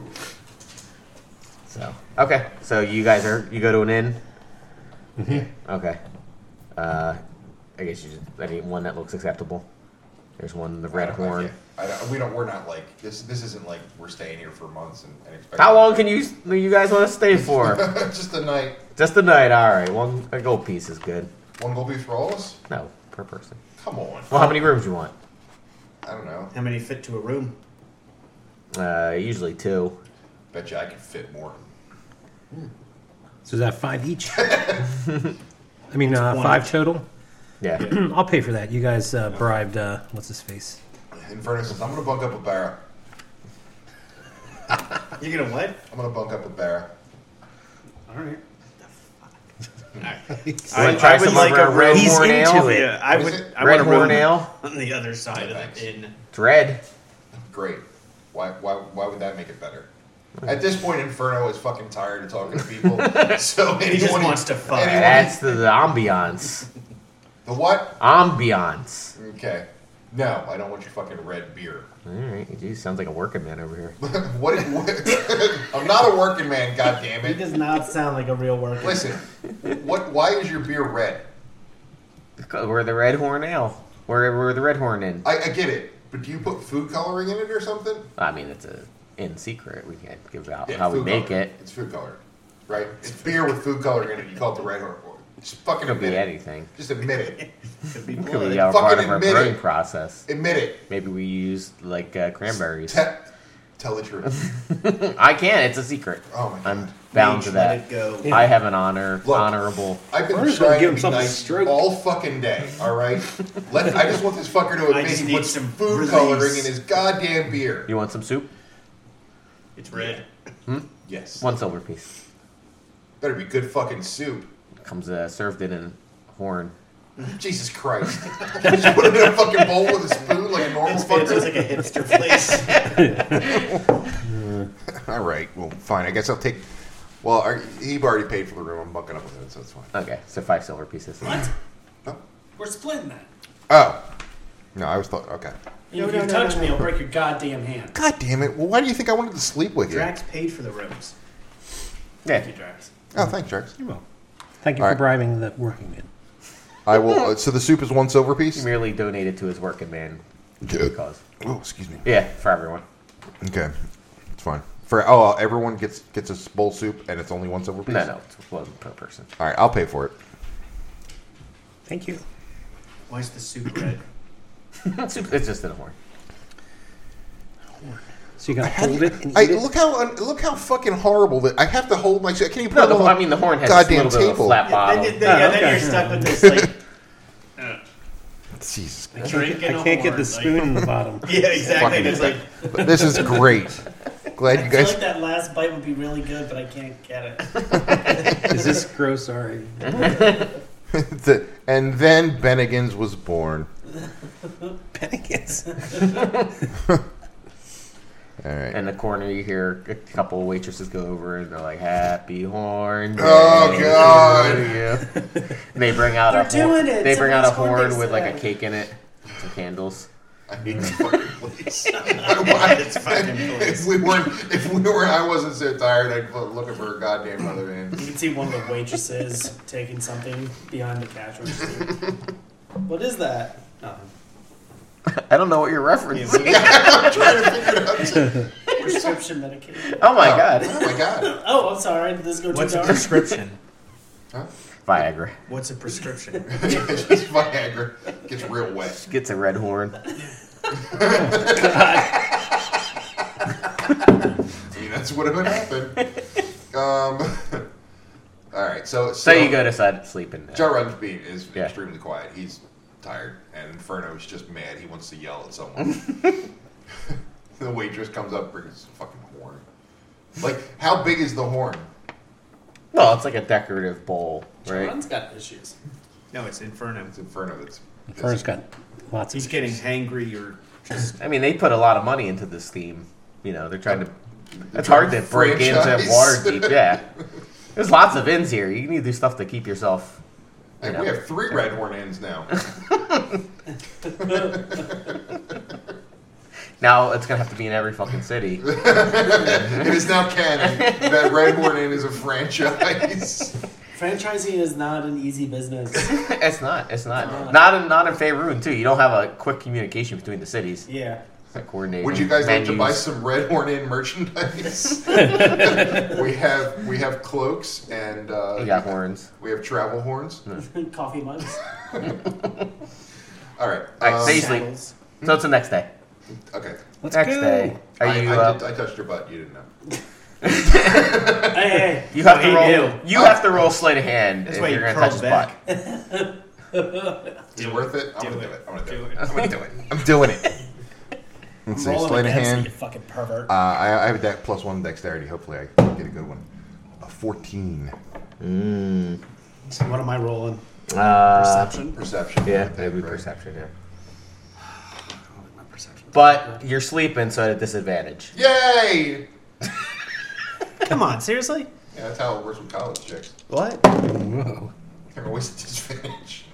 [SPEAKER 2] So okay, so you guys are you go to an inn. Okay. Uh, I guess you just I mean one that looks acceptable. There's one the red
[SPEAKER 4] I don't like
[SPEAKER 2] horn.
[SPEAKER 4] it. I don't, we don't. We're not like this. This isn't like we're staying here for months and, and expecting.
[SPEAKER 2] How
[SPEAKER 4] [LAUGHS]
[SPEAKER 2] long can you do you guys want to stay for?
[SPEAKER 4] Just a night.
[SPEAKER 2] Just a night. All right, one a gold piece is good.
[SPEAKER 4] One gold beef rolls.
[SPEAKER 2] No, per person.
[SPEAKER 4] Come on.
[SPEAKER 2] Well, how many rooms you want?
[SPEAKER 4] I don't know.
[SPEAKER 3] How many fit to a room?
[SPEAKER 2] Uh, usually two.
[SPEAKER 4] Bet you I could fit more.
[SPEAKER 6] So is that five each? I mean, uh,
[SPEAKER 3] One.
[SPEAKER 6] five total. Hmm,
[SPEAKER 2] Yeah.
[SPEAKER 6] I'll pay for that. You guys uh, bribed. Uh, what's his face?
[SPEAKER 4] Infernus says, "I'm gonna bunk up a barra.
[SPEAKER 3] You're gonna what?
[SPEAKER 4] I'm gonna bunk up a barra."
[SPEAKER 3] All right.
[SPEAKER 2] You wanna try
[SPEAKER 3] I would
[SPEAKER 2] some
[SPEAKER 3] like
[SPEAKER 2] of our
[SPEAKER 3] a red-
[SPEAKER 2] red
[SPEAKER 3] He's
[SPEAKER 2] horn
[SPEAKER 5] into
[SPEAKER 2] ale?
[SPEAKER 5] it.
[SPEAKER 3] Yeah, I
[SPEAKER 4] What
[SPEAKER 3] would.
[SPEAKER 4] is it?
[SPEAKER 3] I
[SPEAKER 2] Red
[SPEAKER 3] want a room
[SPEAKER 2] horn ale.
[SPEAKER 3] [LAUGHS] on the other side of the inn.
[SPEAKER 2] It's red.
[SPEAKER 4] Great. Why, why, why would that make it better? At this point, Inferno is fucking tired of talking
[SPEAKER 3] [LAUGHS]
[SPEAKER 4] to people. so anyone,
[SPEAKER 3] He just wants to
[SPEAKER 2] [LAUGHS]
[SPEAKER 3] fuck.
[SPEAKER 4] anyone-
[SPEAKER 2] That's the, the ambiance.
[SPEAKER 4] the what?
[SPEAKER 2] Ambiance.
[SPEAKER 4] Okay. No, I don't want your fucking red beer.
[SPEAKER 2] All right. Geez, sounds like a working man over here.
[SPEAKER 4] What? [LAUGHS] is- what I'm not a working man. God damn
[SPEAKER 5] He
[SPEAKER 4] it!
[SPEAKER 5] does not sound like a real worker.
[SPEAKER 4] Listen, what? Why is your beer red?
[SPEAKER 2] We're the red horn ale. We're, we're the red horn in.
[SPEAKER 4] I, I get it, but do you put food coloring in it or something?
[SPEAKER 2] I mean, it's a in secret. We can't give out
[SPEAKER 4] Yeah,
[SPEAKER 2] how we
[SPEAKER 4] food
[SPEAKER 2] make
[SPEAKER 4] coloring.
[SPEAKER 2] it.
[SPEAKER 4] It's food coloring, right? It's beer with food coloring in it. You call it the red horn. Just fucking
[SPEAKER 2] Could be
[SPEAKER 4] admit it.
[SPEAKER 2] anything.
[SPEAKER 4] Just admit it.
[SPEAKER 3] Could be
[SPEAKER 2] Could
[SPEAKER 3] blood.
[SPEAKER 2] be uh, part
[SPEAKER 4] fucking
[SPEAKER 2] of our
[SPEAKER 4] admit
[SPEAKER 2] brewing
[SPEAKER 4] it.
[SPEAKER 2] process.
[SPEAKER 4] Admit it.
[SPEAKER 2] Maybe we use like uh,
[SPEAKER 4] [LAUGHS]
[SPEAKER 2] cranberries.
[SPEAKER 4] Te- tell the truth.
[SPEAKER 2] I can't. It's a secret.
[SPEAKER 4] Oh my
[SPEAKER 2] I'm
[SPEAKER 4] god.
[SPEAKER 2] bound
[SPEAKER 3] Mage,
[SPEAKER 2] to
[SPEAKER 3] let
[SPEAKER 2] that.
[SPEAKER 3] it go.
[SPEAKER 2] I have an honor,
[SPEAKER 4] Look.
[SPEAKER 2] honorable.
[SPEAKER 4] I've been
[SPEAKER 6] Werner's gonna
[SPEAKER 4] trying
[SPEAKER 6] give
[SPEAKER 4] to be
[SPEAKER 6] himself a
[SPEAKER 4] nice
[SPEAKER 6] stroke.
[SPEAKER 4] all fucking day, alright? Let I just want this fucker to
[SPEAKER 3] I
[SPEAKER 4] admit
[SPEAKER 3] just
[SPEAKER 4] he
[SPEAKER 3] need
[SPEAKER 4] put some
[SPEAKER 3] some
[SPEAKER 4] food
[SPEAKER 3] release.
[SPEAKER 4] coloring in his goddamn beer.
[SPEAKER 2] You want some soup?
[SPEAKER 3] It's red.
[SPEAKER 4] Yes.
[SPEAKER 2] One silver piece.
[SPEAKER 4] Better be good fucking soup.
[SPEAKER 2] Comes uh, served in a horn.
[SPEAKER 4] Jesus Christ. [LAUGHS] just put it in a fucking bowl with a spoon like a normal
[SPEAKER 3] It's fancy. It's
[SPEAKER 4] fucker.
[SPEAKER 3] like a hipster place. [LAUGHS]
[SPEAKER 4] Alright, well, fine. I guess I'll take. Well, I, he already paid for the room. I'm bucking up with it, so it's fine.
[SPEAKER 2] Okay, so five silver pieces.
[SPEAKER 5] What?
[SPEAKER 4] No?
[SPEAKER 5] We're splitting that.
[SPEAKER 4] Oh. No, I was thought. Okay.
[SPEAKER 5] if you touch me, I'll break your goddamn hand.
[SPEAKER 4] God damn it. Well, why do you think I wanted to sleep with you?
[SPEAKER 3] Drax paid for the rooms.
[SPEAKER 2] Yeah.
[SPEAKER 3] Thank you, Drax.
[SPEAKER 4] Oh, thanks, Drax.
[SPEAKER 6] You're welcome. Thank you
[SPEAKER 4] All
[SPEAKER 6] for
[SPEAKER 4] right.
[SPEAKER 6] bribing the working man.
[SPEAKER 4] I will. Uh, so the soup is one silver piece?
[SPEAKER 2] He merely donated to his working man
[SPEAKER 4] Yeah.
[SPEAKER 2] because
[SPEAKER 4] Oh, excuse me.
[SPEAKER 2] yeah, for everyone.
[SPEAKER 4] Okay, it's fine. For oh, everyone gets gets a bowl soup, and it's only one silver piece.
[SPEAKER 2] No, no, it's one per person.
[SPEAKER 4] All right, I'll pay for it.
[SPEAKER 6] Thank you.
[SPEAKER 3] Why is the soup red?
[SPEAKER 2] Soup- it's just in a horn.
[SPEAKER 6] So you gotta hold it and eat
[SPEAKER 4] I
[SPEAKER 6] it.
[SPEAKER 4] look how un- look how fucking horrible that I have to hold my. I can't even put
[SPEAKER 2] No,
[SPEAKER 4] it
[SPEAKER 2] the,
[SPEAKER 4] on
[SPEAKER 2] I mean the horn has just a
[SPEAKER 4] goddamn
[SPEAKER 2] little bit of a
[SPEAKER 4] table.
[SPEAKER 2] flat bottom.
[SPEAKER 3] Then, then- yeah,
[SPEAKER 6] Oh,
[SPEAKER 3] then
[SPEAKER 6] okay.
[SPEAKER 3] you're stuck with this [LAUGHS] like
[SPEAKER 4] Jesus,
[SPEAKER 3] drink
[SPEAKER 6] I
[SPEAKER 3] and a
[SPEAKER 6] can't get
[SPEAKER 3] horn,
[SPEAKER 6] the
[SPEAKER 3] like-
[SPEAKER 6] spoon in the bottom.
[SPEAKER 3] [LAUGHS] yeah, exactly.
[SPEAKER 4] Fucking-
[SPEAKER 3] It's like
[SPEAKER 4] But [LAUGHS] this is great.
[SPEAKER 3] [LAUGHS]
[SPEAKER 4] Glad you
[SPEAKER 5] I feel like
[SPEAKER 4] guys.
[SPEAKER 5] that last bite would be really good, but I can't get it.
[SPEAKER 6] Is this gross already?
[SPEAKER 4] [LAUGHS] the- and then Bennigan's was
[SPEAKER 3] [LAUGHS]
[SPEAKER 4] born.
[SPEAKER 6] Pennington's.
[SPEAKER 4] [LAUGHS] All right.
[SPEAKER 2] In the corner, you hear a couple of waitresses go over and they're like, "Happy horn."
[SPEAKER 4] Oh,
[SPEAKER 2] day
[SPEAKER 3] [LAUGHS]
[SPEAKER 4] God.
[SPEAKER 2] to you." And they bring out a
[SPEAKER 5] They're
[SPEAKER 2] horn.
[SPEAKER 5] doing it.
[SPEAKER 2] They bring out a
[SPEAKER 5] Someone's horn
[SPEAKER 2] horn
[SPEAKER 5] day
[SPEAKER 2] with like a
[SPEAKER 5] sale.
[SPEAKER 2] cake in it, some candles.
[SPEAKER 3] [LAUGHS]
[SPEAKER 4] I hate this fucking place. Why-
[SPEAKER 3] This fucking
[SPEAKER 4] [LAUGHS] if
[SPEAKER 3] place.
[SPEAKER 4] we weren't, if we were, I wasn't so tired. I'd go looking for a goddamn other end.
[SPEAKER 5] You can see one of the waitresses taking something behind the cash register. [LAUGHS] What is that? Oh,
[SPEAKER 2] I don't know what you're referencing.
[SPEAKER 5] prescription medication.
[SPEAKER 2] [LAUGHS] Oh [LAUGHS] my
[SPEAKER 4] Oh
[SPEAKER 2] god.
[SPEAKER 4] my god. [LAUGHS]
[SPEAKER 5] Oh, I'm sorry. Did this go too
[SPEAKER 7] What's a
[SPEAKER 5] dark?
[SPEAKER 7] prescription?
[SPEAKER 2] Viagra.
[SPEAKER 7] What's a prescription?
[SPEAKER 3] [LAUGHS]
[SPEAKER 4] Just Viagra gets real wet.
[SPEAKER 2] Gets a red horn.
[SPEAKER 4] I mean, that's what would happen. Um, [LAUGHS] all right, so
[SPEAKER 2] So you go to side sleeping. now.
[SPEAKER 4] Joe Rutten's being is
[SPEAKER 2] Yeah.
[SPEAKER 4] extremely quiet. He's tired, and Inferno is just mad. He wants to yell
[SPEAKER 2] [LAUGHS]
[SPEAKER 4] at someone. [LAUGHS] the waitress comes up, brings a fucking horn. Like, how big is the horn?
[SPEAKER 2] Well, it's like a decorative bowl, right?
[SPEAKER 5] John's got issues.
[SPEAKER 7] No, it's Inferno.
[SPEAKER 4] It's Inferno. That's
[SPEAKER 6] Fern's got lots
[SPEAKER 7] He's
[SPEAKER 6] of.
[SPEAKER 7] getting hangry or just.
[SPEAKER 2] I mean, they put a lot of money into this theme. You know, they're trying to. It's hard to break into
[SPEAKER 4] Franchise. [LAUGHS]
[SPEAKER 2] Waterdeep. Yeah, there's lots of inns here. You need to do stuff to keep yourself.
[SPEAKER 4] Like,
[SPEAKER 2] Yeah.
[SPEAKER 4] we have three red horn
[SPEAKER 2] [LAUGHS]
[SPEAKER 4] ends now.
[SPEAKER 2] Now it's gonna have to be in every fucking
[SPEAKER 4] [LAUGHS]
[SPEAKER 2] city.
[SPEAKER 4] it is now canon that red horn inn is
[SPEAKER 2] [LAUGHS]
[SPEAKER 4] a franchise.
[SPEAKER 5] Franchising is not an easy business. [LAUGHS]
[SPEAKER 2] it's not. It's not.
[SPEAKER 5] No.
[SPEAKER 2] Not in not in Faerun too. You don't have a quick communication between the cities.
[SPEAKER 5] yeah. [LAUGHS]
[SPEAKER 2] It's like coordinating.
[SPEAKER 4] Would you guys like to buy
[SPEAKER 2] menus.
[SPEAKER 4] some Red Horn
[SPEAKER 2] [LAUGHS]
[SPEAKER 4] Inn [LAUGHS] merchandise? we have we have cloaks and uh,
[SPEAKER 2] You got Hmm. horns.
[SPEAKER 4] we have travel horns.
[SPEAKER 5] Coffee mugs.
[SPEAKER 4] All right.
[SPEAKER 2] All right,
[SPEAKER 4] um,
[SPEAKER 2] stay asleep.
[SPEAKER 5] Saddles.
[SPEAKER 2] So it's the next day.
[SPEAKER 4] okay.
[SPEAKER 6] Let's
[SPEAKER 2] next
[SPEAKER 6] go.
[SPEAKER 2] day. Are
[SPEAKER 4] I,
[SPEAKER 2] you?
[SPEAKER 4] I,
[SPEAKER 2] uh,
[SPEAKER 4] did, I touched your butt. You didn't know.
[SPEAKER 5] Hey, hey.
[SPEAKER 2] you have to
[SPEAKER 7] He
[SPEAKER 2] roll.
[SPEAKER 7] knew.
[SPEAKER 2] You have to roll sleight of hand
[SPEAKER 7] That's
[SPEAKER 2] if
[SPEAKER 7] why you
[SPEAKER 2] you're gonna touch his
[SPEAKER 7] curled
[SPEAKER 2] butt.
[SPEAKER 7] back.
[SPEAKER 4] Is it worth it? I'm
[SPEAKER 7] Do
[SPEAKER 4] gonna
[SPEAKER 7] it.
[SPEAKER 4] do it. I'm gonna do,
[SPEAKER 7] Do
[SPEAKER 4] it.
[SPEAKER 7] it.
[SPEAKER 4] I'm gonna do it. I'm doing it. [LAUGHS] Let's see.
[SPEAKER 5] Roll
[SPEAKER 4] Sleight
[SPEAKER 5] it
[SPEAKER 4] of
[SPEAKER 5] against me,
[SPEAKER 4] hand.
[SPEAKER 5] you fucking pervert.
[SPEAKER 4] Uh, I, I have a deck plus one dexterity. Hopefully, I get a good one. A fourteen
[SPEAKER 5] So what am I rolling?
[SPEAKER 2] Uh,
[SPEAKER 5] Perception.
[SPEAKER 4] perception.
[SPEAKER 2] yeah,
[SPEAKER 4] I think,
[SPEAKER 2] maybe
[SPEAKER 4] right?
[SPEAKER 2] perception. Yeah. [SIGHS]
[SPEAKER 5] My perception.
[SPEAKER 2] But you're sleeping, so at a disadvantage.
[SPEAKER 4] Yay!
[SPEAKER 7] Come on, seriously?
[SPEAKER 4] Yeah, that's how it works with college chicks.
[SPEAKER 2] What?
[SPEAKER 6] Whoa.
[SPEAKER 4] They're always at [LAUGHS] disadvantage.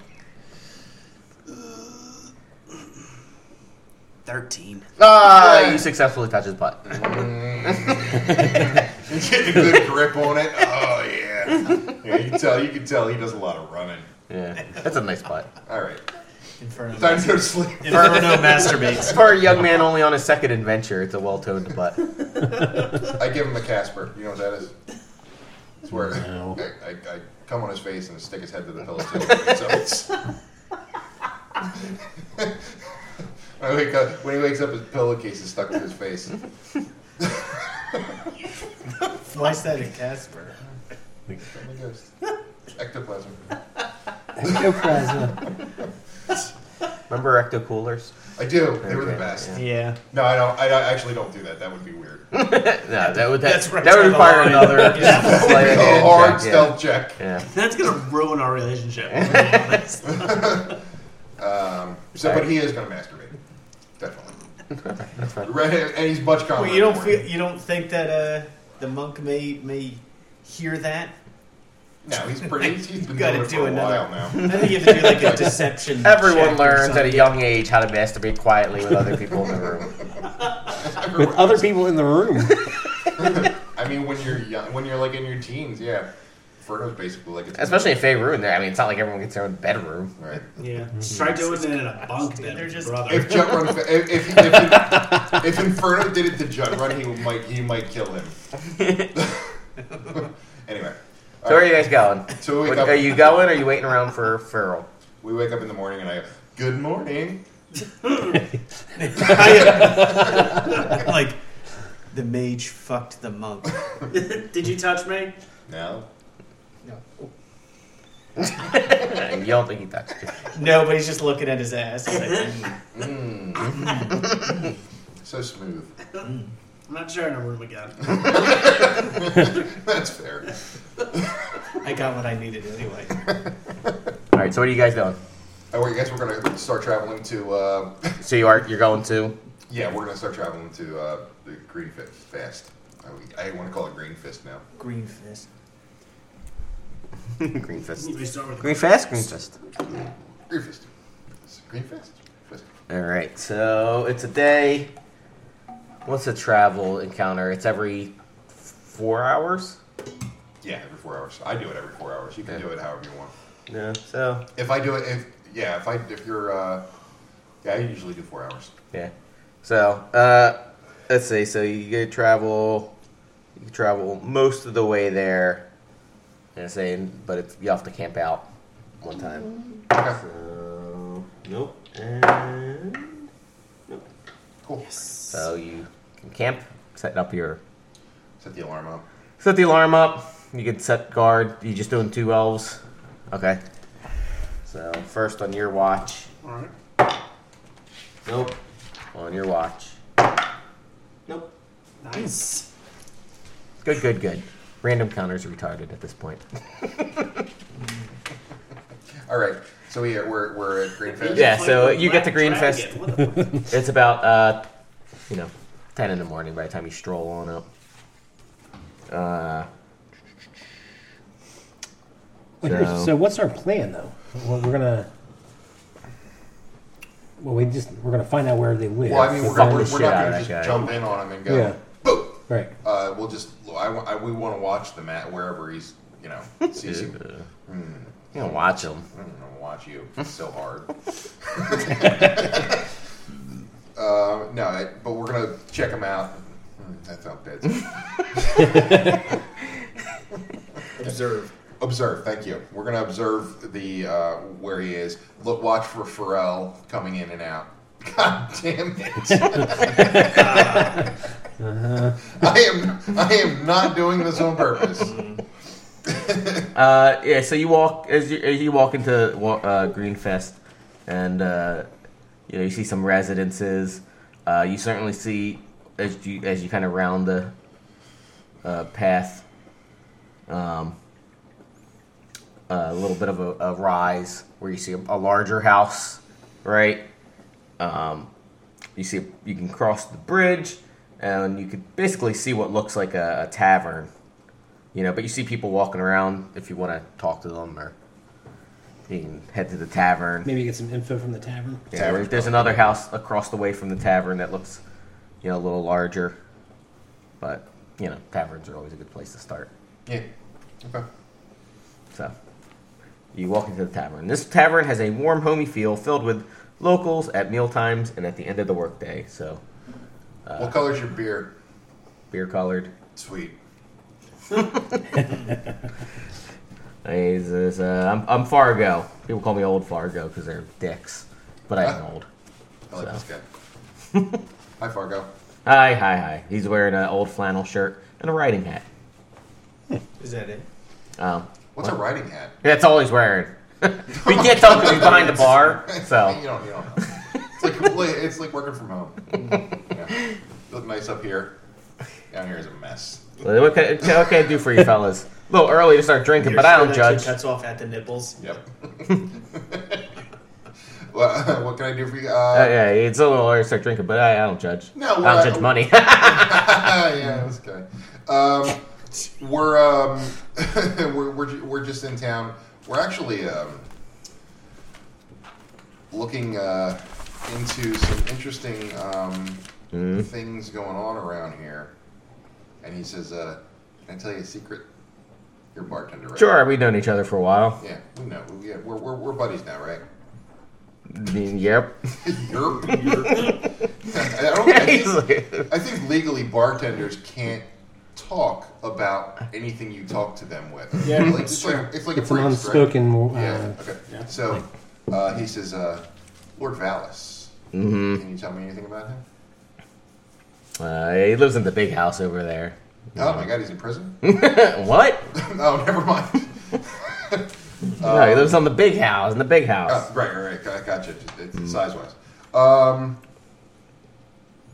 [SPEAKER 7] Thirteen.
[SPEAKER 2] Ah, you successfully touch his [LAUGHS] butt.
[SPEAKER 4] Get a good grip on it. Oh yeah. Yeah, you can tell. You can tell he does a lot of running.
[SPEAKER 2] Yeah, that's a nice butt.
[SPEAKER 4] All right.
[SPEAKER 7] Inferno.
[SPEAKER 4] Time to go to sleep.
[SPEAKER 7] Inferno [LAUGHS] masturbates.
[SPEAKER 2] For a young man only on his second adventure, it's a well-toned butt.
[SPEAKER 4] I give him a Casper. You know what that is? It's where
[SPEAKER 6] No.
[SPEAKER 4] I, I, I come on his face and stick his head to the pillow. Till he wakes up. [LAUGHS] When I wake up- when he wakes up, his pillowcase is stuck to his face.
[SPEAKER 7] Why is that a Casper?
[SPEAKER 4] I'm a ghost. Ectoplasm.
[SPEAKER 6] Ectoplasm.
[SPEAKER 2] Remember ecto coolers?
[SPEAKER 4] I do. They were the
[SPEAKER 2] Okay,
[SPEAKER 4] best.
[SPEAKER 7] Yeah.
[SPEAKER 4] No, I don't. I don't- actually don't do that. That would be weird.
[SPEAKER 2] No, that would that,
[SPEAKER 7] That's right
[SPEAKER 2] that
[SPEAKER 7] down the
[SPEAKER 2] would require
[SPEAKER 7] line.
[SPEAKER 2] another [LAUGHS] sleight of
[SPEAKER 4] [LAUGHS] A
[SPEAKER 2] hand
[SPEAKER 4] hard
[SPEAKER 2] check, yeah.
[SPEAKER 4] stealth check.
[SPEAKER 2] Yeah.
[SPEAKER 5] That's gonna ruin our
[SPEAKER 7] [LAUGHS]
[SPEAKER 5] relationship. I'm gonna be honest.
[SPEAKER 4] Um, so, but he is going to masturbate. Definitely. Right, and he's much calmer.
[SPEAKER 7] Well, you don't feel. You don't think that uh, the monk may may hear that?
[SPEAKER 4] No, he's pretty. He's, he's
[SPEAKER 7] [LAUGHS]
[SPEAKER 4] been
[SPEAKER 7] You gotta
[SPEAKER 4] doing it for
[SPEAKER 7] do
[SPEAKER 4] a
[SPEAKER 7] another-
[SPEAKER 4] while now.
[SPEAKER 7] I think you have to do like a
[SPEAKER 4] [LAUGHS]
[SPEAKER 7] deception.
[SPEAKER 2] Everyone
[SPEAKER 7] check or
[SPEAKER 2] learns at a
[SPEAKER 7] something.
[SPEAKER 2] young age how to masturbate quietly with other people in the room.
[SPEAKER 6] With
[SPEAKER 7] [LAUGHS]
[SPEAKER 6] other people in the room.
[SPEAKER 4] I mean, when you're young, when you're like in your teens, yeah. Ferno's basically like a
[SPEAKER 2] Especially in Faerun. There, I mean, it's not like everyone gets their own bedroom.
[SPEAKER 4] right.
[SPEAKER 5] Yeah. Try doing it in a bunk bed.
[SPEAKER 7] They're
[SPEAKER 5] with your
[SPEAKER 7] just-
[SPEAKER 5] brother.
[SPEAKER 4] If Jutrun, if, if, he- if, if Inferno did it to Jutrun, he might he might kill him. [LAUGHS] anyway,
[SPEAKER 2] So where are you guys going?
[SPEAKER 4] So we wake
[SPEAKER 2] What-
[SPEAKER 4] up-
[SPEAKER 2] are you going? Or are you waiting around for Feral?
[SPEAKER 4] we wake up in the morning and I go, "Good morning."
[SPEAKER 7] [LAUGHS]
[SPEAKER 4] [LAUGHS]
[SPEAKER 7] like the mage fucked the monk.
[SPEAKER 5] Did you touch me?
[SPEAKER 4] Now,
[SPEAKER 2] And you don't think he touched you.
[SPEAKER 7] No, but he's just looking at his ass. He's like, "Mm."
[SPEAKER 2] Hmm.
[SPEAKER 4] [LAUGHS] so smooth.
[SPEAKER 5] I'm not sharing a room again.
[SPEAKER 4] [LAUGHS] That's fair.
[SPEAKER 7] I got what I needed anyway.
[SPEAKER 2] All right. So what are you guys doing?
[SPEAKER 4] Oh, I guess we're gonna start traveling to. Uh, [LAUGHS]
[SPEAKER 2] So you are you're going to?
[SPEAKER 4] yeah, we're gonna start traveling to uh, the Green Fit Fest. I, I want to call it Green Fist now.
[SPEAKER 7] Green fist.
[SPEAKER 2] Green fist.
[SPEAKER 5] We start with
[SPEAKER 2] Green fist. Green fist.
[SPEAKER 4] Green Fist. It's Green Fist. Fist.
[SPEAKER 2] All right. So it's a day. What's a travel encounter? It's every four hours.
[SPEAKER 4] Yeah, every four hours. I do it every four hours. You can
[SPEAKER 2] Yeah.
[SPEAKER 4] do it however you want.
[SPEAKER 2] No. So
[SPEAKER 4] If I do it, if yeah, if I if you're uh, yeah, I usually do four hours.
[SPEAKER 2] Yeah. So uh, let's see. So you could travel, you could travel most of the way there. And it's saying, but it's, you have to camp out one time.
[SPEAKER 4] Okay,
[SPEAKER 2] So nope. And
[SPEAKER 4] cool.
[SPEAKER 2] so you can camp, set up your
[SPEAKER 4] Set the alarm up.
[SPEAKER 2] set the alarm up. You can set guard. You just doing two elves. Okay. So first on your watch.
[SPEAKER 3] All right.
[SPEAKER 2] Nope. On your watch.
[SPEAKER 7] Nope.
[SPEAKER 5] Nice.
[SPEAKER 2] Good, good, good. Random counters retarded at this point.
[SPEAKER 4] All right, so we are, we're we're at Greenfest.
[SPEAKER 2] Yeah, so you get the
[SPEAKER 5] Black
[SPEAKER 2] green
[SPEAKER 5] dragon,
[SPEAKER 2] fist.
[SPEAKER 5] what the fuck?
[SPEAKER 2] It's about uh, you know, ten in the morning by the time you stroll on up. Uh,
[SPEAKER 6] What-
[SPEAKER 2] So-
[SPEAKER 6] So, what's our plan though? Well, we're gonna. Well, we just we're gonna find out where they live.
[SPEAKER 4] Well, I mean,
[SPEAKER 6] So
[SPEAKER 4] we're,
[SPEAKER 2] Fuck
[SPEAKER 4] we're, we're
[SPEAKER 2] the
[SPEAKER 4] not
[SPEAKER 2] shit out
[SPEAKER 4] going
[SPEAKER 2] of
[SPEAKER 4] to
[SPEAKER 2] that
[SPEAKER 4] just
[SPEAKER 2] guy.
[SPEAKER 4] jump in on him and go.
[SPEAKER 6] Yeah.
[SPEAKER 4] Boom.
[SPEAKER 6] right.
[SPEAKER 4] Uh, we'll just. I, wa- I- we want to watch the mat wherever he's. You know, sees you.
[SPEAKER 2] you know, watch them.
[SPEAKER 4] I'm gonna watch you so hard. [LAUGHS] uh, no, I, but we're gonna check him out. Mm, That sounds bad.
[SPEAKER 7] Observe.
[SPEAKER 4] observe. Thank you. We're gonna observe the uh, where he is. Look, watch for Pharrell coming in and out. [LAUGHS] God damn it! [LAUGHS] I am I am not doing this on purpose.
[SPEAKER 2] Uh, yeah. So you walk as you, as you walk into wa- uh, Greenfest, and uh, you know you see some residences. Uh, you certainly see as you as you kind of round the uh, path, um, a little bit of a, a rise where you see a, a larger house, right? Um, you see you can cross the bridge, and you could basically see what looks like a, a tavern. You know, but you see people walking around if you want to talk to them or you can head to the tavern.
[SPEAKER 6] Maybe get some info from the tavern.
[SPEAKER 2] Yeah, there's, there's another house across the way from the tavern that looks, you know, a little larger. But, you know, taverns are always a good place to start.
[SPEAKER 4] Yeah. Okay.
[SPEAKER 2] So, you walk into the tavern. This tavern has a warm, homey feel filled with locals at meal times and at the end of the workday. So,
[SPEAKER 4] what color's your beer?
[SPEAKER 2] beer colored.
[SPEAKER 4] Sweet.
[SPEAKER 2] Is, is, uh, I'm, I'm Fargo. People call me Old Fargo because they're dicks, but I'm old.
[SPEAKER 4] I like this guy.
[SPEAKER 2] [LAUGHS]
[SPEAKER 4] Hi Fargo.
[SPEAKER 2] Hi, hi, hi. He's wearing an old flannel shirt and a riding hat.
[SPEAKER 7] Is that it?
[SPEAKER 2] Um,
[SPEAKER 4] What's a riding hat? [LAUGHS]
[SPEAKER 2] that's all he's wearing. [LAUGHS] we can't tell because he's behind the bar.
[SPEAKER 4] you
[SPEAKER 2] So,
[SPEAKER 4] don't, you don't know. It's like completely- it's like working from home. Yeah.
[SPEAKER 2] [LAUGHS]
[SPEAKER 4] You Look nice up here. Down here is a mess.
[SPEAKER 2] what can, what can I do
[SPEAKER 4] [LAUGHS]
[SPEAKER 2] for you, fellas? A little early to start drinking, but I
[SPEAKER 7] Your
[SPEAKER 2] don't
[SPEAKER 7] shirt actually
[SPEAKER 2] judge.
[SPEAKER 7] Cuts off at the nipples.
[SPEAKER 2] [LAUGHS]
[SPEAKER 4] Yep. [LAUGHS] well, what can I do for you? Uh,
[SPEAKER 2] Uh, yeah, it's a little early to start drinking, but I, I don't judge.
[SPEAKER 4] No,
[SPEAKER 2] I
[SPEAKER 4] well,
[SPEAKER 2] don't judge
[SPEAKER 4] I-
[SPEAKER 2] money.
[SPEAKER 4] [LAUGHS] yeah, this guy. Um, we're, um, [LAUGHS] we're we're ju- we're just in town. We're actually um, looking uh, into some interesting um, things going on around here. And he says, uh, "Can I tell you a secret? You're a bartender,
[SPEAKER 2] [LAUGHS]
[SPEAKER 4] right?
[SPEAKER 2] sure, we've known each other for a while.
[SPEAKER 4] Yeah, we know. Yeah, we're we're, we're buddies now, right? [LAUGHS]
[SPEAKER 2] Yep.
[SPEAKER 4] Yerp. [LAUGHS] I
[SPEAKER 2] [LAUGHS]
[SPEAKER 4] don't. I
[SPEAKER 2] He's
[SPEAKER 4] think-
[SPEAKER 2] like-
[SPEAKER 4] I think legally bartenders can't talk about anything you talk to them with.
[SPEAKER 7] Yeah,
[SPEAKER 4] like, it's, like, it's like
[SPEAKER 6] It's
[SPEAKER 4] a
[SPEAKER 6] an
[SPEAKER 4] break, right?
[SPEAKER 6] unspoken. Uh,
[SPEAKER 4] Yeah. Okay. So uh, he says, uh, Lord Valis. Can you tell me anything about him?
[SPEAKER 2] uh, he lives in the big house over there.
[SPEAKER 4] Oh my God, he's in prison.
[SPEAKER 2] what?
[SPEAKER 4] [LAUGHS] oh, never mind.
[SPEAKER 2] no,
[SPEAKER 4] Um,
[SPEAKER 2] he lives on the big house. In the big house.
[SPEAKER 4] Oh, right, right, right. Got- Gotcha. Size wise. Um,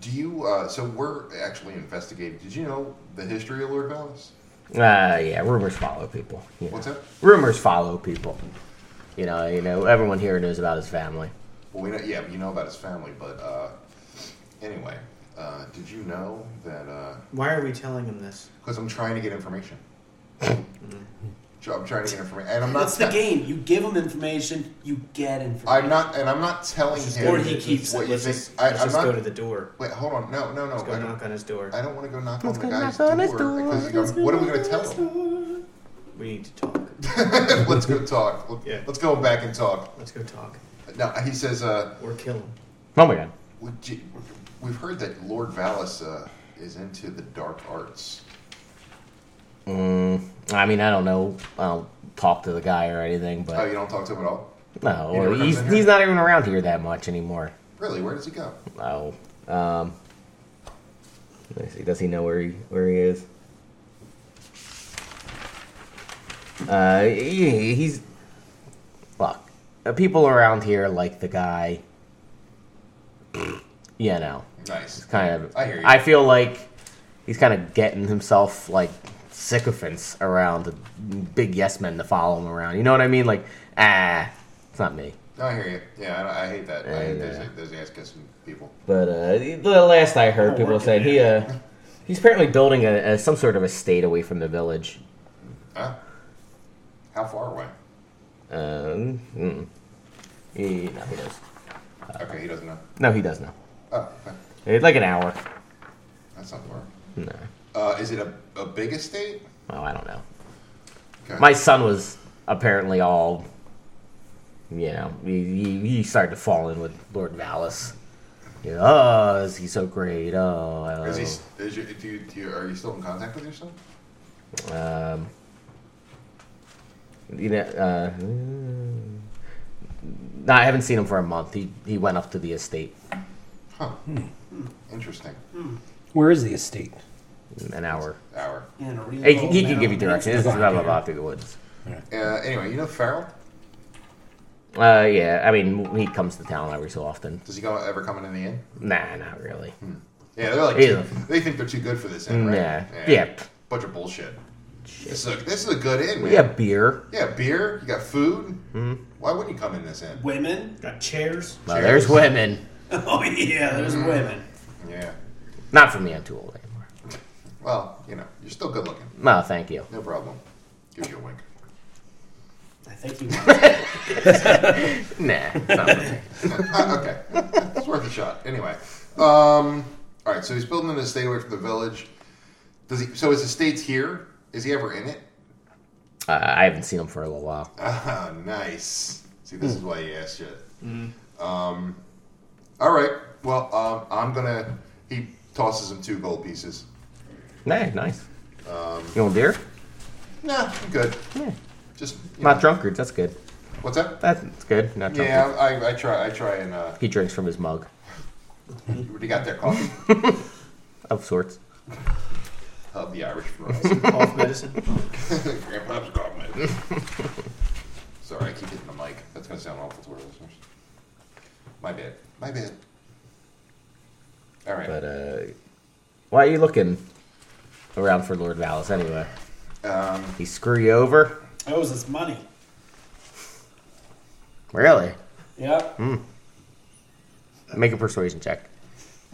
[SPEAKER 4] do you? Uh, so we're actually investigating. Did you know the history of Lord Valis?
[SPEAKER 2] Uh, yeah, rumors follow people. you know.
[SPEAKER 4] What's that?
[SPEAKER 2] Rumors follow people. You know, you know, everyone here knows about his family.
[SPEAKER 4] Well, we know, yeah, you know about his family, but uh, anyway, uh, did you know that?
[SPEAKER 7] Why are we telling him this?
[SPEAKER 4] Because I'm trying to get information.
[SPEAKER 7] Mm-hmm.
[SPEAKER 4] So I'm trying to get information, and I'm not.
[SPEAKER 5] That's the
[SPEAKER 4] te-
[SPEAKER 5] game. You give them information, you get information.
[SPEAKER 4] I'm not, and I'm not telling
[SPEAKER 7] Just
[SPEAKER 4] him.
[SPEAKER 7] go to-
[SPEAKER 4] what
[SPEAKER 7] it.
[SPEAKER 4] you
[SPEAKER 7] Let's
[SPEAKER 4] think.
[SPEAKER 7] just,
[SPEAKER 4] I,
[SPEAKER 7] let's
[SPEAKER 4] I'm
[SPEAKER 7] just
[SPEAKER 4] not.
[SPEAKER 7] go to the door.
[SPEAKER 4] wait, hold on. No, no, no.
[SPEAKER 7] Let's
[SPEAKER 4] I
[SPEAKER 7] go
[SPEAKER 4] don't,
[SPEAKER 7] knock on his door.
[SPEAKER 4] I don't want to go knock on the
[SPEAKER 2] go
[SPEAKER 4] guy's
[SPEAKER 2] knock on his
[SPEAKER 4] door, because you go, what are we going to tell him?
[SPEAKER 7] We need to talk.
[SPEAKER 4] [LAUGHS] let's go talk. Let,
[SPEAKER 3] Yeah.
[SPEAKER 4] us go back and talk.
[SPEAKER 3] Let's go talk
[SPEAKER 4] Now he says, uh,
[SPEAKER 3] or kill him.
[SPEAKER 2] Oh my god.
[SPEAKER 4] we- gee, "We've heard that Lord Valis uh, is into the dark arts."
[SPEAKER 2] Mm, I mean, I don't know. I don't talk to the guy or anything,
[SPEAKER 4] Oh,
[SPEAKER 2] but
[SPEAKER 4] you don't talk to him at all?
[SPEAKER 2] no,
[SPEAKER 4] Oh, you never comes
[SPEAKER 2] he's
[SPEAKER 4] in here?
[SPEAKER 2] he's not even around here that much anymore.
[SPEAKER 4] Really? Where does he go?
[SPEAKER 2] No. Um. Let's see. Does he know where he where he is? Uh, he, he's look. The people around here like the guy. [CLEARS THROAT] You know,
[SPEAKER 4] Nice.
[SPEAKER 2] it's kind of.
[SPEAKER 4] I hear you.
[SPEAKER 2] I feel like he's kind of getting himself like sycophants around the big yes men to follow him around. You know what I mean? Like, ah, it's not me.
[SPEAKER 4] No, I hear you. Yeah, I, don't- I hate that. I hate
[SPEAKER 2] And,
[SPEAKER 4] those,
[SPEAKER 2] uh,
[SPEAKER 4] those ass kissing people.
[SPEAKER 2] But uh, the last I heard,
[SPEAKER 4] Oh,
[SPEAKER 2] people were saying he uh, he's apparently building a, a some sort of estate away from the village.
[SPEAKER 4] Huh? How far away?
[SPEAKER 2] Um, mm. he, no, he does.
[SPEAKER 4] Okay, he doesn't know.
[SPEAKER 2] No, he does not.
[SPEAKER 4] Oh, okay.
[SPEAKER 2] It's like an hour.
[SPEAKER 4] that's not far.
[SPEAKER 2] No,
[SPEAKER 4] Uh, is it a, a big estate?
[SPEAKER 2] oh, I don't know.
[SPEAKER 4] Okay.
[SPEAKER 2] My son was apparently all, you know, he, he, he started to fall in with Lord Valis. You know, oh, is he so great? Oh, I
[SPEAKER 4] is he?
[SPEAKER 2] love-
[SPEAKER 4] s- Is you, do you, do you, are you still in contact with your son?
[SPEAKER 2] Um, you know, uh, no, I haven't seen him for a month. He he went up to the estate
[SPEAKER 4] Huh. Interesting.
[SPEAKER 6] Where is the estate?
[SPEAKER 2] in an hour.
[SPEAKER 4] Hour.
[SPEAKER 5] And a real
[SPEAKER 2] He,
[SPEAKER 5] old
[SPEAKER 2] he can
[SPEAKER 5] man
[SPEAKER 2] give you
[SPEAKER 5] on
[SPEAKER 2] directions.
[SPEAKER 5] the
[SPEAKER 2] This is
[SPEAKER 5] next
[SPEAKER 2] blah blah blah
[SPEAKER 5] block.
[SPEAKER 2] through the woods.
[SPEAKER 4] Uh, anyway, you know Farrell?
[SPEAKER 2] Uh, yeah. I mean, he comes to town every so often.
[SPEAKER 4] Does he go, ever come in the inn?
[SPEAKER 2] Nah, not really.
[SPEAKER 4] Hmm. Yeah, they're like
[SPEAKER 2] Yeah.
[SPEAKER 4] they think they're too good for this inn, right?
[SPEAKER 2] Nah. Yeah.
[SPEAKER 4] Bunch of bullshit. This is a this is a good inn, man.
[SPEAKER 2] We have beer.
[SPEAKER 4] Yeah, beer. You got food.
[SPEAKER 2] Hmm.
[SPEAKER 4] Why wouldn't you come in this inn?
[SPEAKER 5] Women [LAUGHS] got chairs.
[SPEAKER 2] Well,
[SPEAKER 4] Cheers.
[SPEAKER 2] there's women.
[SPEAKER 5] Oh yeah, there's women.
[SPEAKER 4] Yeah.
[SPEAKER 2] Not for me. I'm too old anymore.
[SPEAKER 4] Well, you know, you're still good looking.
[SPEAKER 2] No, thank you.
[SPEAKER 4] No problem. Gives you a wink.
[SPEAKER 5] I think you want
[SPEAKER 2] Nah, it's not for
[SPEAKER 7] [LAUGHS]
[SPEAKER 2] me.
[SPEAKER 4] Ah, okay, it's worth a shot. Anyway, um, all right. So he's building an estate away from the village. Does he? So his estate's here. Is he ever in it?
[SPEAKER 2] Uh, I haven't seen him for a little while.
[SPEAKER 4] Ah, nice. See, this
[SPEAKER 2] Hmm.
[SPEAKER 4] is why you asked shit. Um, all right. Well, um, I'm gonna. He tosses him two gold pieces.
[SPEAKER 2] Nah, nice.
[SPEAKER 4] Um,
[SPEAKER 2] you want beer?
[SPEAKER 4] Nah, I'm good.
[SPEAKER 2] Yeah.
[SPEAKER 4] Just you
[SPEAKER 2] Not
[SPEAKER 4] know.
[SPEAKER 2] drunkards. That's good.
[SPEAKER 4] What's that?
[SPEAKER 2] That's good. Not drunk.
[SPEAKER 4] Yeah, I, I try. I try and uh,
[SPEAKER 2] He drinks from his mug
[SPEAKER 4] what do you got there? Coffee.
[SPEAKER 2] of sorts.
[SPEAKER 4] Hub the Irish for us. [LAUGHS]
[SPEAKER 7] Cough medicine.
[SPEAKER 4] Grandpa's got me. Sorry, I keep hitting the mic. That's going to sound awful to our listeners. My bad. My bad. All right.
[SPEAKER 2] But uh, why are you looking around for Lord Valis anyway?
[SPEAKER 4] um,
[SPEAKER 2] He screw you over?
[SPEAKER 5] to owes us money.
[SPEAKER 2] Really?
[SPEAKER 5] Yep.
[SPEAKER 2] Make a persuasion check.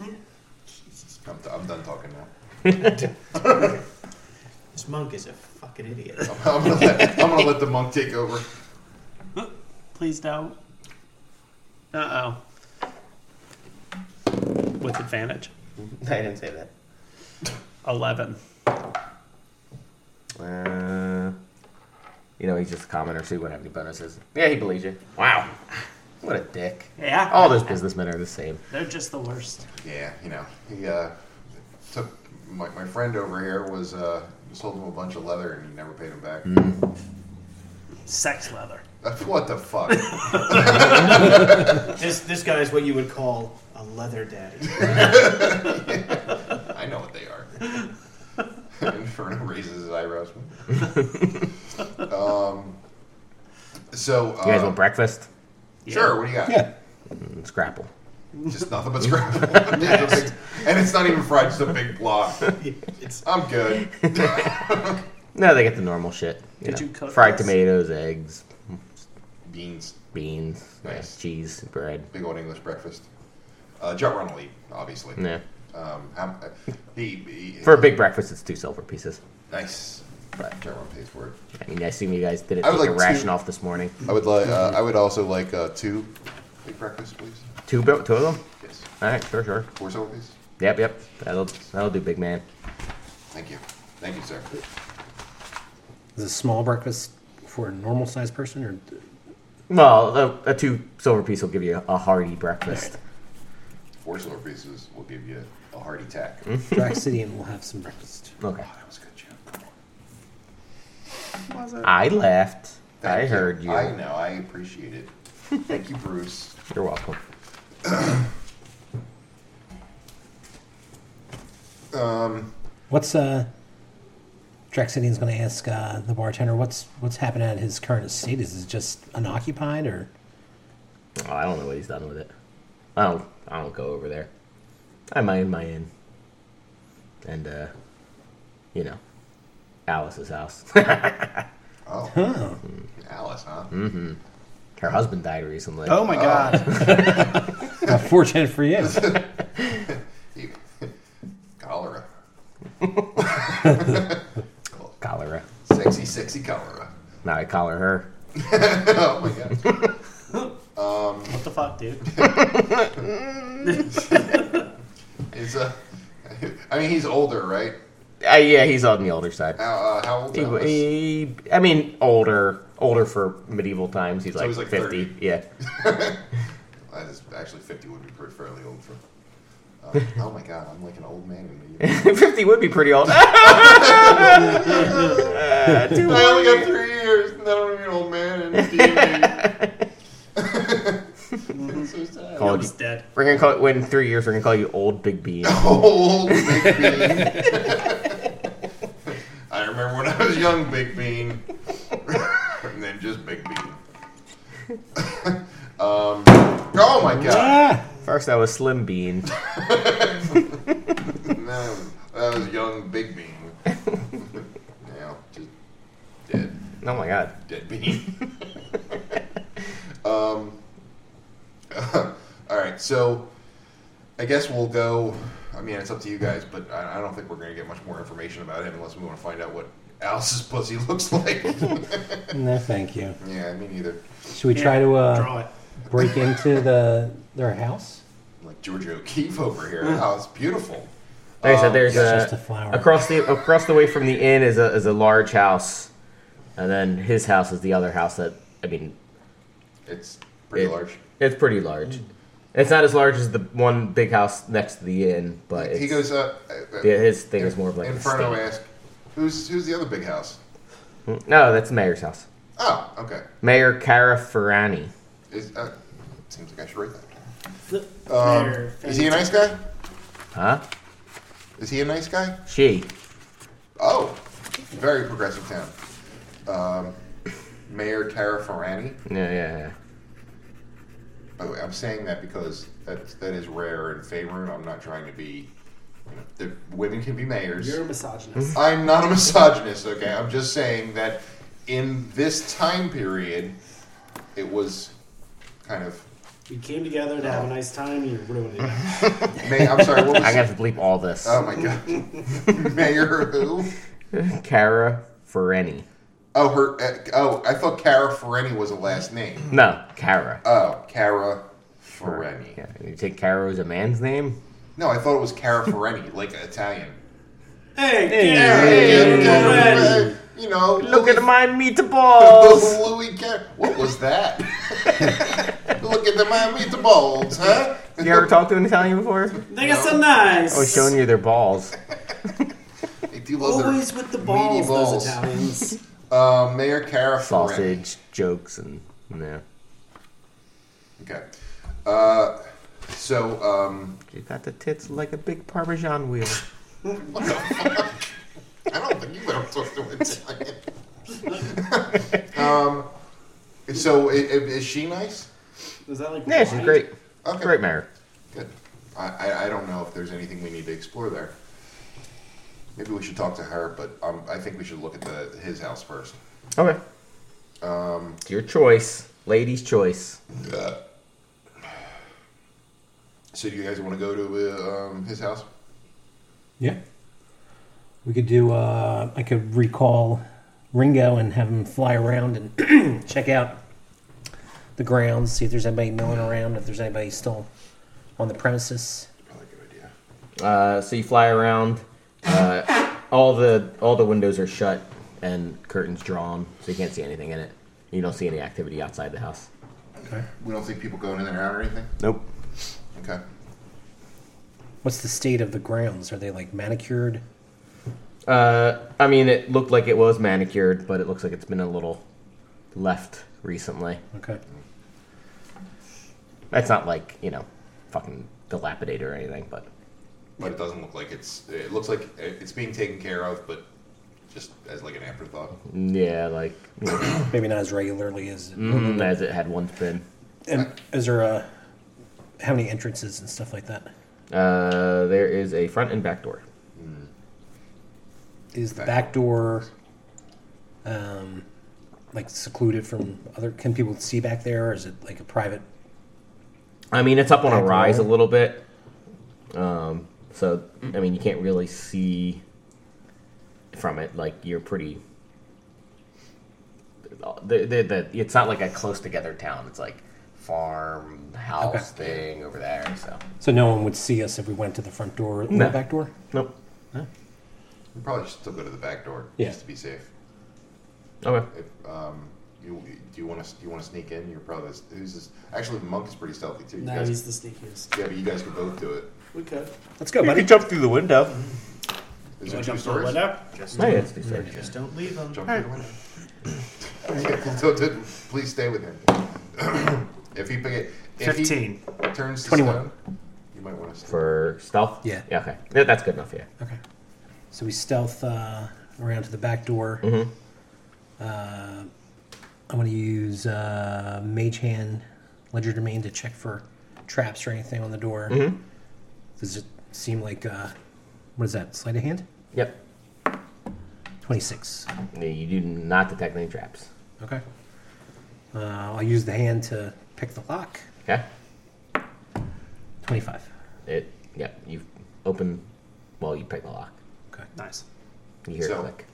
[SPEAKER 4] I'm, I'm done talking now. [LAUGHS]
[SPEAKER 7] This monk is a fucking idiot.
[SPEAKER 4] I'm going to let, I'm gonna let the monk take over.
[SPEAKER 5] Please don't. Uh oh. With advantage,
[SPEAKER 7] I didn't say that.
[SPEAKER 5] eleven.
[SPEAKER 2] Uh, you know, he's just a commenter, so he wouldn't have any bonuses. Yeah, he believes you. Wow. What a dick.
[SPEAKER 5] Yeah.
[SPEAKER 2] All those businessmen are the same.
[SPEAKER 5] They're just the worst.
[SPEAKER 4] Yeah, you know, he uh, took my, my friend over here was uh, sold him a bunch of leather and he never paid him back.
[SPEAKER 5] Sex leather.
[SPEAKER 4] [LAUGHS] What the fuck?
[SPEAKER 7] This this guy is what you would call a leather daddy.
[SPEAKER 4] I know what they are. [LAUGHS] Inferno raises his [LAUGHS] eyebrows. um, so, uh,
[SPEAKER 2] You guys want breakfast?
[SPEAKER 4] sure, what do you got?
[SPEAKER 6] Yeah.
[SPEAKER 2] Mm, Scrapple.
[SPEAKER 4] [LAUGHS] Just nothing but scrapple. and it's not even fried, just a big [LAUGHS] block.
[SPEAKER 7] It's
[SPEAKER 4] I'm [LAUGHS] good.
[SPEAKER 2] No, they get the normal shit. You
[SPEAKER 5] Did
[SPEAKER 2] know,
[SPEAKER 5] you cook
[SPEAKER 2] Fried
[SPEAKER 5] this?
[SPEAKER 2] tomatoes, eggs,
[SPEAKER 4] Beans,
[SPEAKER 2] beans, yeah,
[SPEAKER 4] Nice.
[SPEAKER 2] cheese, bread.
[SPEAKER 4] big old English breakfast. Uh, Jet Run will eat, obviously.
[SPEAKER 2] Yeah.
[SPEAKER 4] Um, how, he, he-
[SPEAKER 2] For a big breakfast, it's two silver pieces.
[SPEAKER 4] nice. Jet Run pays for it.
[SPEAKER 2] I mean, I assume you guys didn't
[SPEAKER 4] I would
[SPEAKER 2] take a
[SPEAKER 4] like
[SPEAKER 2] ration
[SPEAKER 4] two-
[SPEAKER 2] off this morning.
[SPEAKER 4] I would like. Uh, I would also like uh, two big breakfasts, please.
[SPEAKER 2] Two, bu- two of them.
[SPEAKER 4] Yes,
[SPEAKER 2] All right, sure, sure.
[SPEAKER 4] four silver, please.
[SPEAKER 2] Yep, yep. That'll that'll do, big man.
[SPEAKER 4] Thank you. Thank you, sir.
[SPEAKER 6] Is it small breakfast for a normal sized person, or
[SPEAKER 2] Well, a, a two silver piece will give you a, a hearty breakfast.
[SPEAKER 4] Four silver pieces will give you a heart attack.
[SPEAKER 6] [LAUGHS]
[SPEAKER 4] Oh,
[SPEAKER 6] Draxidian will have some breakfast.
[SPEAKER 2] Mm, Okay.
[SPEAKER 4] That was a good joke.
[SPEAKER 2] I laughed.
[SPEAKER 4] Thank
[SPEAKER 2] I heard you.
[SPEAKER 4] I know. I appreciate it. Thank you, Bruce.
[SPEAKER 2] You're welcome.
[SPEAKER 4] Um,
[SPEAKER 6] What's uh? Draxidian's going to ask uh, the bartender what's what's happening at his current estate. Is it just unoccupied, or
[SPEAKER 2] Oh, I don't know what he's done with it. I don't. I don't go over there. I mind my inn, and uh, you know, Alice's house. [LAUGHS]
[SPEAKER 4] oh,
[SPEAKER 6] huh?
[SPEAKER 4] Alice, huh?
[SPEAKER 2] Mm. Her husband died recently.
[SPEAKER 7] Oh my god.
[SPEAKER 6] [LAUGHS] Fortunate
[SPEAKER 4] [LAUGHS]
[SPEAKER 6] for you.
[SPEAKER 4] You- [LAUGHS] cholera.
[SPEAKER 2] Cholera.
[SPEAKER 4] Sexy, sexy cholera.
[SPEAKER 2] Now I collar her.
[SPEAKER 4] oh my god.
[SPEAKER 7] what the fuck,
[SPEAKER 5] [LAUGHS]
[SPEAKER 7] dude?
[SPEAKER 4] It's a. [LAUGHS] I mean, he's older, right?
[SPEAKER 2] Uh, yeah, he's on the older side.
[SPEAKER 4] How, uh, how old?
[SPEAKER 2] He,
[SPEAKER 4] is Alice?
[SPEAKER 2] he- I mean, older, older for medieval times. He's
[SPEAKER 4] So
[SPEAKER 2] like,
[SPEAKER 4] he's like
[SPEAKER 2] fifty.
[SPEAKER 4] 30.
[SPEAKER 2] Yeah. [LAUGHS]
[SPEAKER 4] That is actually fifty would be pretty fairly old for. Uh, oh my god, I'm like an old man. in
[SPEAKER 2] [LAUGHS]
[SPEAKER 4] the-
[SPEAKER 2] 50 would be pretty old. Uh, too
[SPEAKER 4] I only got
[SPEAKER 2] old.
[SPEAKER 4] three years, and then I'm gonna be an old man and Steve. so sad.
[SPEAKER 2] Called
[SPEAKER 7] He's
[SPEAKER 2] you-
[SPEAKER 7] dead.
[SPEAKER 2] We're gonna call when three years. We're gonna call you old Big Bean.
[SPEAKER 4] Old Big Bean. I remember when I was young, Big Bean, and then just Big Bean. [LAUGHS] um, oh my god,
[SPEAKER 6] Ah!
[SPEAKER 2] First, I was Slim Bean.
[SPEAKER 4] no, that was young Big Bean. [LAUGHS] now just dead.
[SPEAKER 2] Oh my god.
[SPEAKER 4] dead bean. [LAUGHS] um, [LAUGHS] all right, so I guess we'll go. I mean, it's up to you guys, but I, I don't think we're going to get much more information about him unless we want to find out what Alice's [LAUGHS] pussy looks
[SPEAKER 2] [LAUGHS]
[SPEAKER 4] like.
[SPEAKER 6] No, thank you.
[SPEAKER 4] yeah, me neither.
[SPEAKER 6] Should we try to uh,
[SPEAKER 3] Draw it.
[SPEAKER 6] break into the their house?
[SPEAKER 4] Like Georgia O'Keefe over here. Oh, it's beautiful.
[SPEAKER 2] Like I said, there's
[SPEAKER 6] It's Oh, just a
[SPEAKER 2] a,
[SPEAKER 6] flower.
[SPEAKER 2] Uh, across the across the way from the inn is a is a large house, and then his house is the other house that I mean
[SPEAKER 4] It's pretty
[SPEAKER 2] It-
[SPEAKER 4] large.
[SPEAKER 2] it's pretty large. It's not as large as the one big house next to the inn, but it's,
[SPEAKER 4] He goes up.
[SPEAKER 2] yeah, his thing is more of like a
[SPEAKER 4] Inferno
[SPEAKER 2] state.
[SPEAKER 4] asks, "Who's who's the other big house?"
[SPEAKER 2] No, that's the mayor's house.
[SPEAKER 4] Oh, okay.
[SPEAKER 2] Mayor Cara Ferrani.
[SPEAKER 4] Is, uh, seems like I should write that.
[SPEAKER 5] Um,
[SPEAKER 4] Is he a nice guy?
[SPEAKER 2] Huh?
[SPEAKER 4] Is he a nice guy?
[SPEAKER 2] She.
[SPEAKER 4] Oh, very progressive town. Um, Mayor Tara Ferrani.
[SPEAKER 2] Yeah, yeah, yeah.
[SPEAKER 4] By the way, I'm saying that because that that is rare in Faerun. I'm not trying to be. You know, the women can be mayors.
[SPEAKER 5] You're a misogynist.
[SPEAKER 4] I'm not a misogynist. Okay, I'm just saying that in this time period, it was kind of.
[SPEAKER 5] we came together to have a nice time, and you ruined it.
[SPEAKER 4] May, I'm sorry.
[SPEAKER 2] [LAUGHS]
[SPEAKER 4] What was?
[SPEAKER 2] I got to bleep all this. [LAUGHS]
[SPEAKER 4] oh my god, [LAUGHS] Mayor who?
[SPEAKER 2] Cara Ferrani.
[SPEAKER 4] Oh, her. Uh, oh, I thought Cara Ferrani was a last name.
[SPEAKER 2] No, Cara.
[SPEAKER 4] Oh, Cara Ferrani.
[SPEAKER 2] Yeah, you take Cara as a man's name?
[SPEAKER 4] No, I thought it was Cara Ferreni, like Italian.
[SPEAKER 5] hey,
[SPEAKER 4] Cara, you know,
[SPEAKER 2] Look at my
[SPEAKER 4] Louis,
[SPEAKER 2] meatballs!
[SPEAKER 4] [LAUGHS] Louis Cara. What
[SPEAKER 2] [LAUGHS]
[SPEAKER 4] was that? Look at the Miami meatballs, huh?
[SPEAKER 2] you ever talked to an Italian before?
[SPEAKER 5] They got so nice.
[SPEAKER 2] I was Oh, showing you their balls.
[SPEAKER 4] They do love their
[SPEAKER 5] Always with Oh, the
[SPEAKER 4] meaty
[SPEAKER 5] balls,
[SPEAKER 4] balls.
[SPEAKER 5] those Italians.
[SPEAKER 4] Uh, Mayor Cara Ferrani.
[SPEAKER 2] Sausage, jokes, and. Yeah.
[SPEAKER 4] Okay. Uh, so, um,
[SPEAKER 2] You got the tits like a big Parmesan wheel.
[SPEAKER 4] I don't think you better talk to an Italian. um, so i- i- is she nice?
[SPEAKER 5] [LAUGHS] Is that like
[SPEAKER 2] Yeah, she's
[SPEAKER 5] wine?
[SPEAKER 2] great.
[SPEAKER 4] Okay.
[SPEAKER 2] Great mayor.
[SPEAKER 4] Good. I, I, I don't know if there's anything we need to explore there. Maybe we should talk to her, but um, I think we should look at the his house first.
[SPEAKER 2] Okay.
[SPEAKER 4] Um,
[SPEAKER 2] It's your choice. Lady's choice.
[SPEAKER 4] so do you guys want to go to uh, um, his house?
[SPEAKER 6] Yeah. We could do, uh, I could recall Ringo and have him fly around and [CLEARS THROAT] check out the grounds, see if there's anybody milling around, if there's anybody still on the premises.
[SPEAKER 4] Probably a good idea.
[SPEAKER 2] Uh, so you fly around. Uh, all the all the windows are shut and curtains drawn, so you can't see anything in it. You don't see any activity outside the house.
[SPEAKER 4] We don't see people going in and out or anything.
[SPEAKER 2] Nope.
[SPEAKER 4] Okay.
[SPEAKER 6] What's the state of the grounds? Are they like manicured?
[SPEAKER 2] Uh, I mean, it looked like it was manicured, but it looks like it's been a little left recently.
[SPEAKER 6] Okay.
[SPEAKER 2] That's not like you know, fucking dilapidated or anything, but
[SPEAKER 4] But it doesn't look like it's. It looks like uh, it's being taken care of, but just as like an afterthought.
[SPEAKER 2] yeah, like you know,
[SPEAKER 6] Maybe not as regularly as.
[SPEAKER 2] mm, as it had once been.
[SPEAKER 6] And is there a how many entrances and stuff like that?
[SPEAKER 2] Uh, there is a front and back door.
[SPEAKER 6] Is the back door um, like secluded from other? Can people see back there, or is it like a private?
[SPEAKER 2] I mean, it's up on a
[SPEAKER 6] Back
[SPEAKER 2] rise a
[SPEAKER 6] door.
[SPEAKER 2] little bit. Um, so I mean, you can't really see from it. Like you're pretty. The, the, the, it's not like a close together town. It's like farm house thing over there. So
[SPEAKER 6] So no one would see us if we went to the front door or
[SPEAKER 2] No.
[SPEAKER 6] the back door.
[SPEAKER 2] nope.
[SPEAKER 4] We probably should still go to the back door
[SPEAKER 6] Yeah.
[SPEAKER 4] just to be safe.
[SPEAKER 2] Okay.
[SPEAKER 4] If um, you do you want to you want to sneak in, you're probably who's this? Actually, the monk is pretty stealthy too. You
[SPEAKER 5] No,
[SPEAKER 4] guys,
[SPEAKER 5] he's the sneakiest.
[SPEAKER 4] yeah, but you guys could both do it.
[SPEAKER 5] We could.
[SPEAKER 6] Let's go, buddy.
[SPEAKER 2] jump through the window.
[SPEAKER 3] You
[SPEAKER 4] Is there
[SPEAKER 3] wanna
[SPEAKER 4] two
[SPEAKER 3] jump the
[SPEAKER 4] stories? Jump
[SPEAKER 3] window? Just
[SPEAKER 2] No, yeah, it's these stories.
[SPEAKER 5] Just don't leave him.
[SPEAKER 4] through the window. Okay, [LAUGHS] so, d- please stay with him. [CLEARS THROAT] if he pick it, if
[SPEAKER 5] Fifteen.
[SPEAKER 4] he turns to
[SPEAKER 6] 21.
[SPEAKER 4] stone, you might want to.
[SPEAKER 2] for stealth.
[SPEAKER 6] Yeah.
[SPEAKER 2] Yeah. Okay. Yeah, that's good enough. Yeah.
[SPEAKER 6] Okay. So we stealth uh, around to the back door.
[SPEAKER 2] Mhm.
[SPEAKER 6] Uh, I'm going to use uh, Mage Hand Ledger Domain to check for traps or anything on the door.
[SPEAKER 2] Mm-hmm.
[SPEAKER 6] Does it seem like, uh, what is that, sleight of hand?
[SPEAKER 2] Yep.
[SPEAKER 6] 26.
[SPEAKER 2] Yeah, You do not detect any traps.
[SPEAKER 6] Okay. Uh, I'll use the hand to pick the lock.
[SPEAKER 2] Okay.
[SPEAKER 6] 25.
[SPEAKER 2] It. Yep. You open. Well, you pick the lock.
[SPEAKER 6] Okay.
[SPEAKER 5] Nice.
[SPEAKER 2] You hear
[SPEAKER 4] So-
[SPEAKER 2] it click.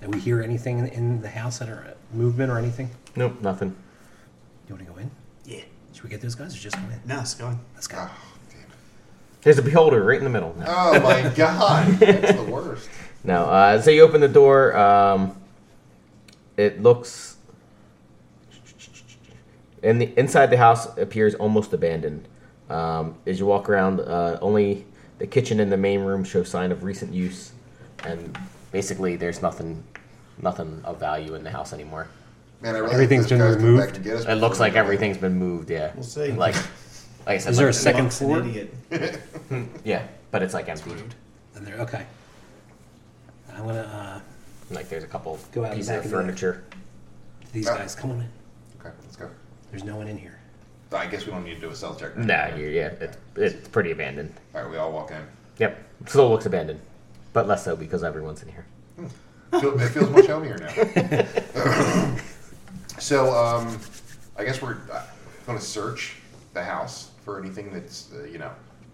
[SPEAKER 6] Did we hear anything in, in the house that are uh, movement or anything?
[SPEAKER 2] Nope. Nothing.
[SPEAKER 6] You want to go in?
[SPEAKER 5] Yeah.
[SPEAKER 6] Should we get those guys or just come in?
[SPEAKER 5] No, it's going.
[SPEAKER 6] Let's go.
[SPEAKER 4] Oh, damn it.
[SPEAKER 2] There's a beholder right in the middle. No.
[SPEAKER 3] [LAUGHS]
[SPEAKER 4] oh my god, that's the worst.
[SPEAKER 2] No, uh, so you open the door. Um, it looks. And the inside the house appears almost abandoned. Um, as you walk around, uh, only the kitchen and the main room show sign of recent use, and basically there's nothing, nothing of value in the house anymore.
[SPEAKER 4] Man, I really
[SPEAKER 6] Everything's
[SPEAKER 4] hope
[SPEAKER 6] been
[SPEAKER 4] those guys come back
[SPEAKER 6] removed?
[SPEAKER 4] and get us
[SPEAKER 2] It looks
[SPEAKER 4] before
[SPEAKER 2] like
[SPEAKER 4] we-
[SPEAKER 2] everything's been moved. Yeah,
[SPEAKER 7] We'll see.
[SPEAKER 2] Like, like I said,
[SPEAKER 6] Is there a
[SPEAKER 2] like-
[SPEAKER 6] second
[SPEAKER 7] Monk's an
[SPEAKER 6] floor?
[SPEAKER 7] idiot.
[SPEAKER 2] Yeah, but it's like empty.
[SPEAKER 6] And they're okay. I'm gonna uh,
[SPEAKER 2] Like there's a couple
[SPEAKER 6] Go out the
[SPEAKER 2] pieces
[SPEAKER 6] back
[SPEAKER 2] of
[SPEAKER 6] of the-
[SPEAKER 2] furniture.
[SPEAKER 6] these
[SPEAKER 4] Ah.
[SPEAKER 6] guys. Come on in.
[SPEAKER 4] Okay, let's go.
[SPEAKER 6] There's no one in here.
[SPEAKER 4] I guess we don't need to do a stealth check.
[SPEAKER 2] Nah, you yeah, it, it's pretty abandoned.
[SPEAKER 4] All right, we all walk in.
[SPEAKER 2] Yep. Still looks abandoned. But less so because everyone's in here.
[SPEAKER 4] Feel- It feels much homier now. [LAUGHS] so, um, I guess we're uh, going to search the house for anything that's, uh, you know,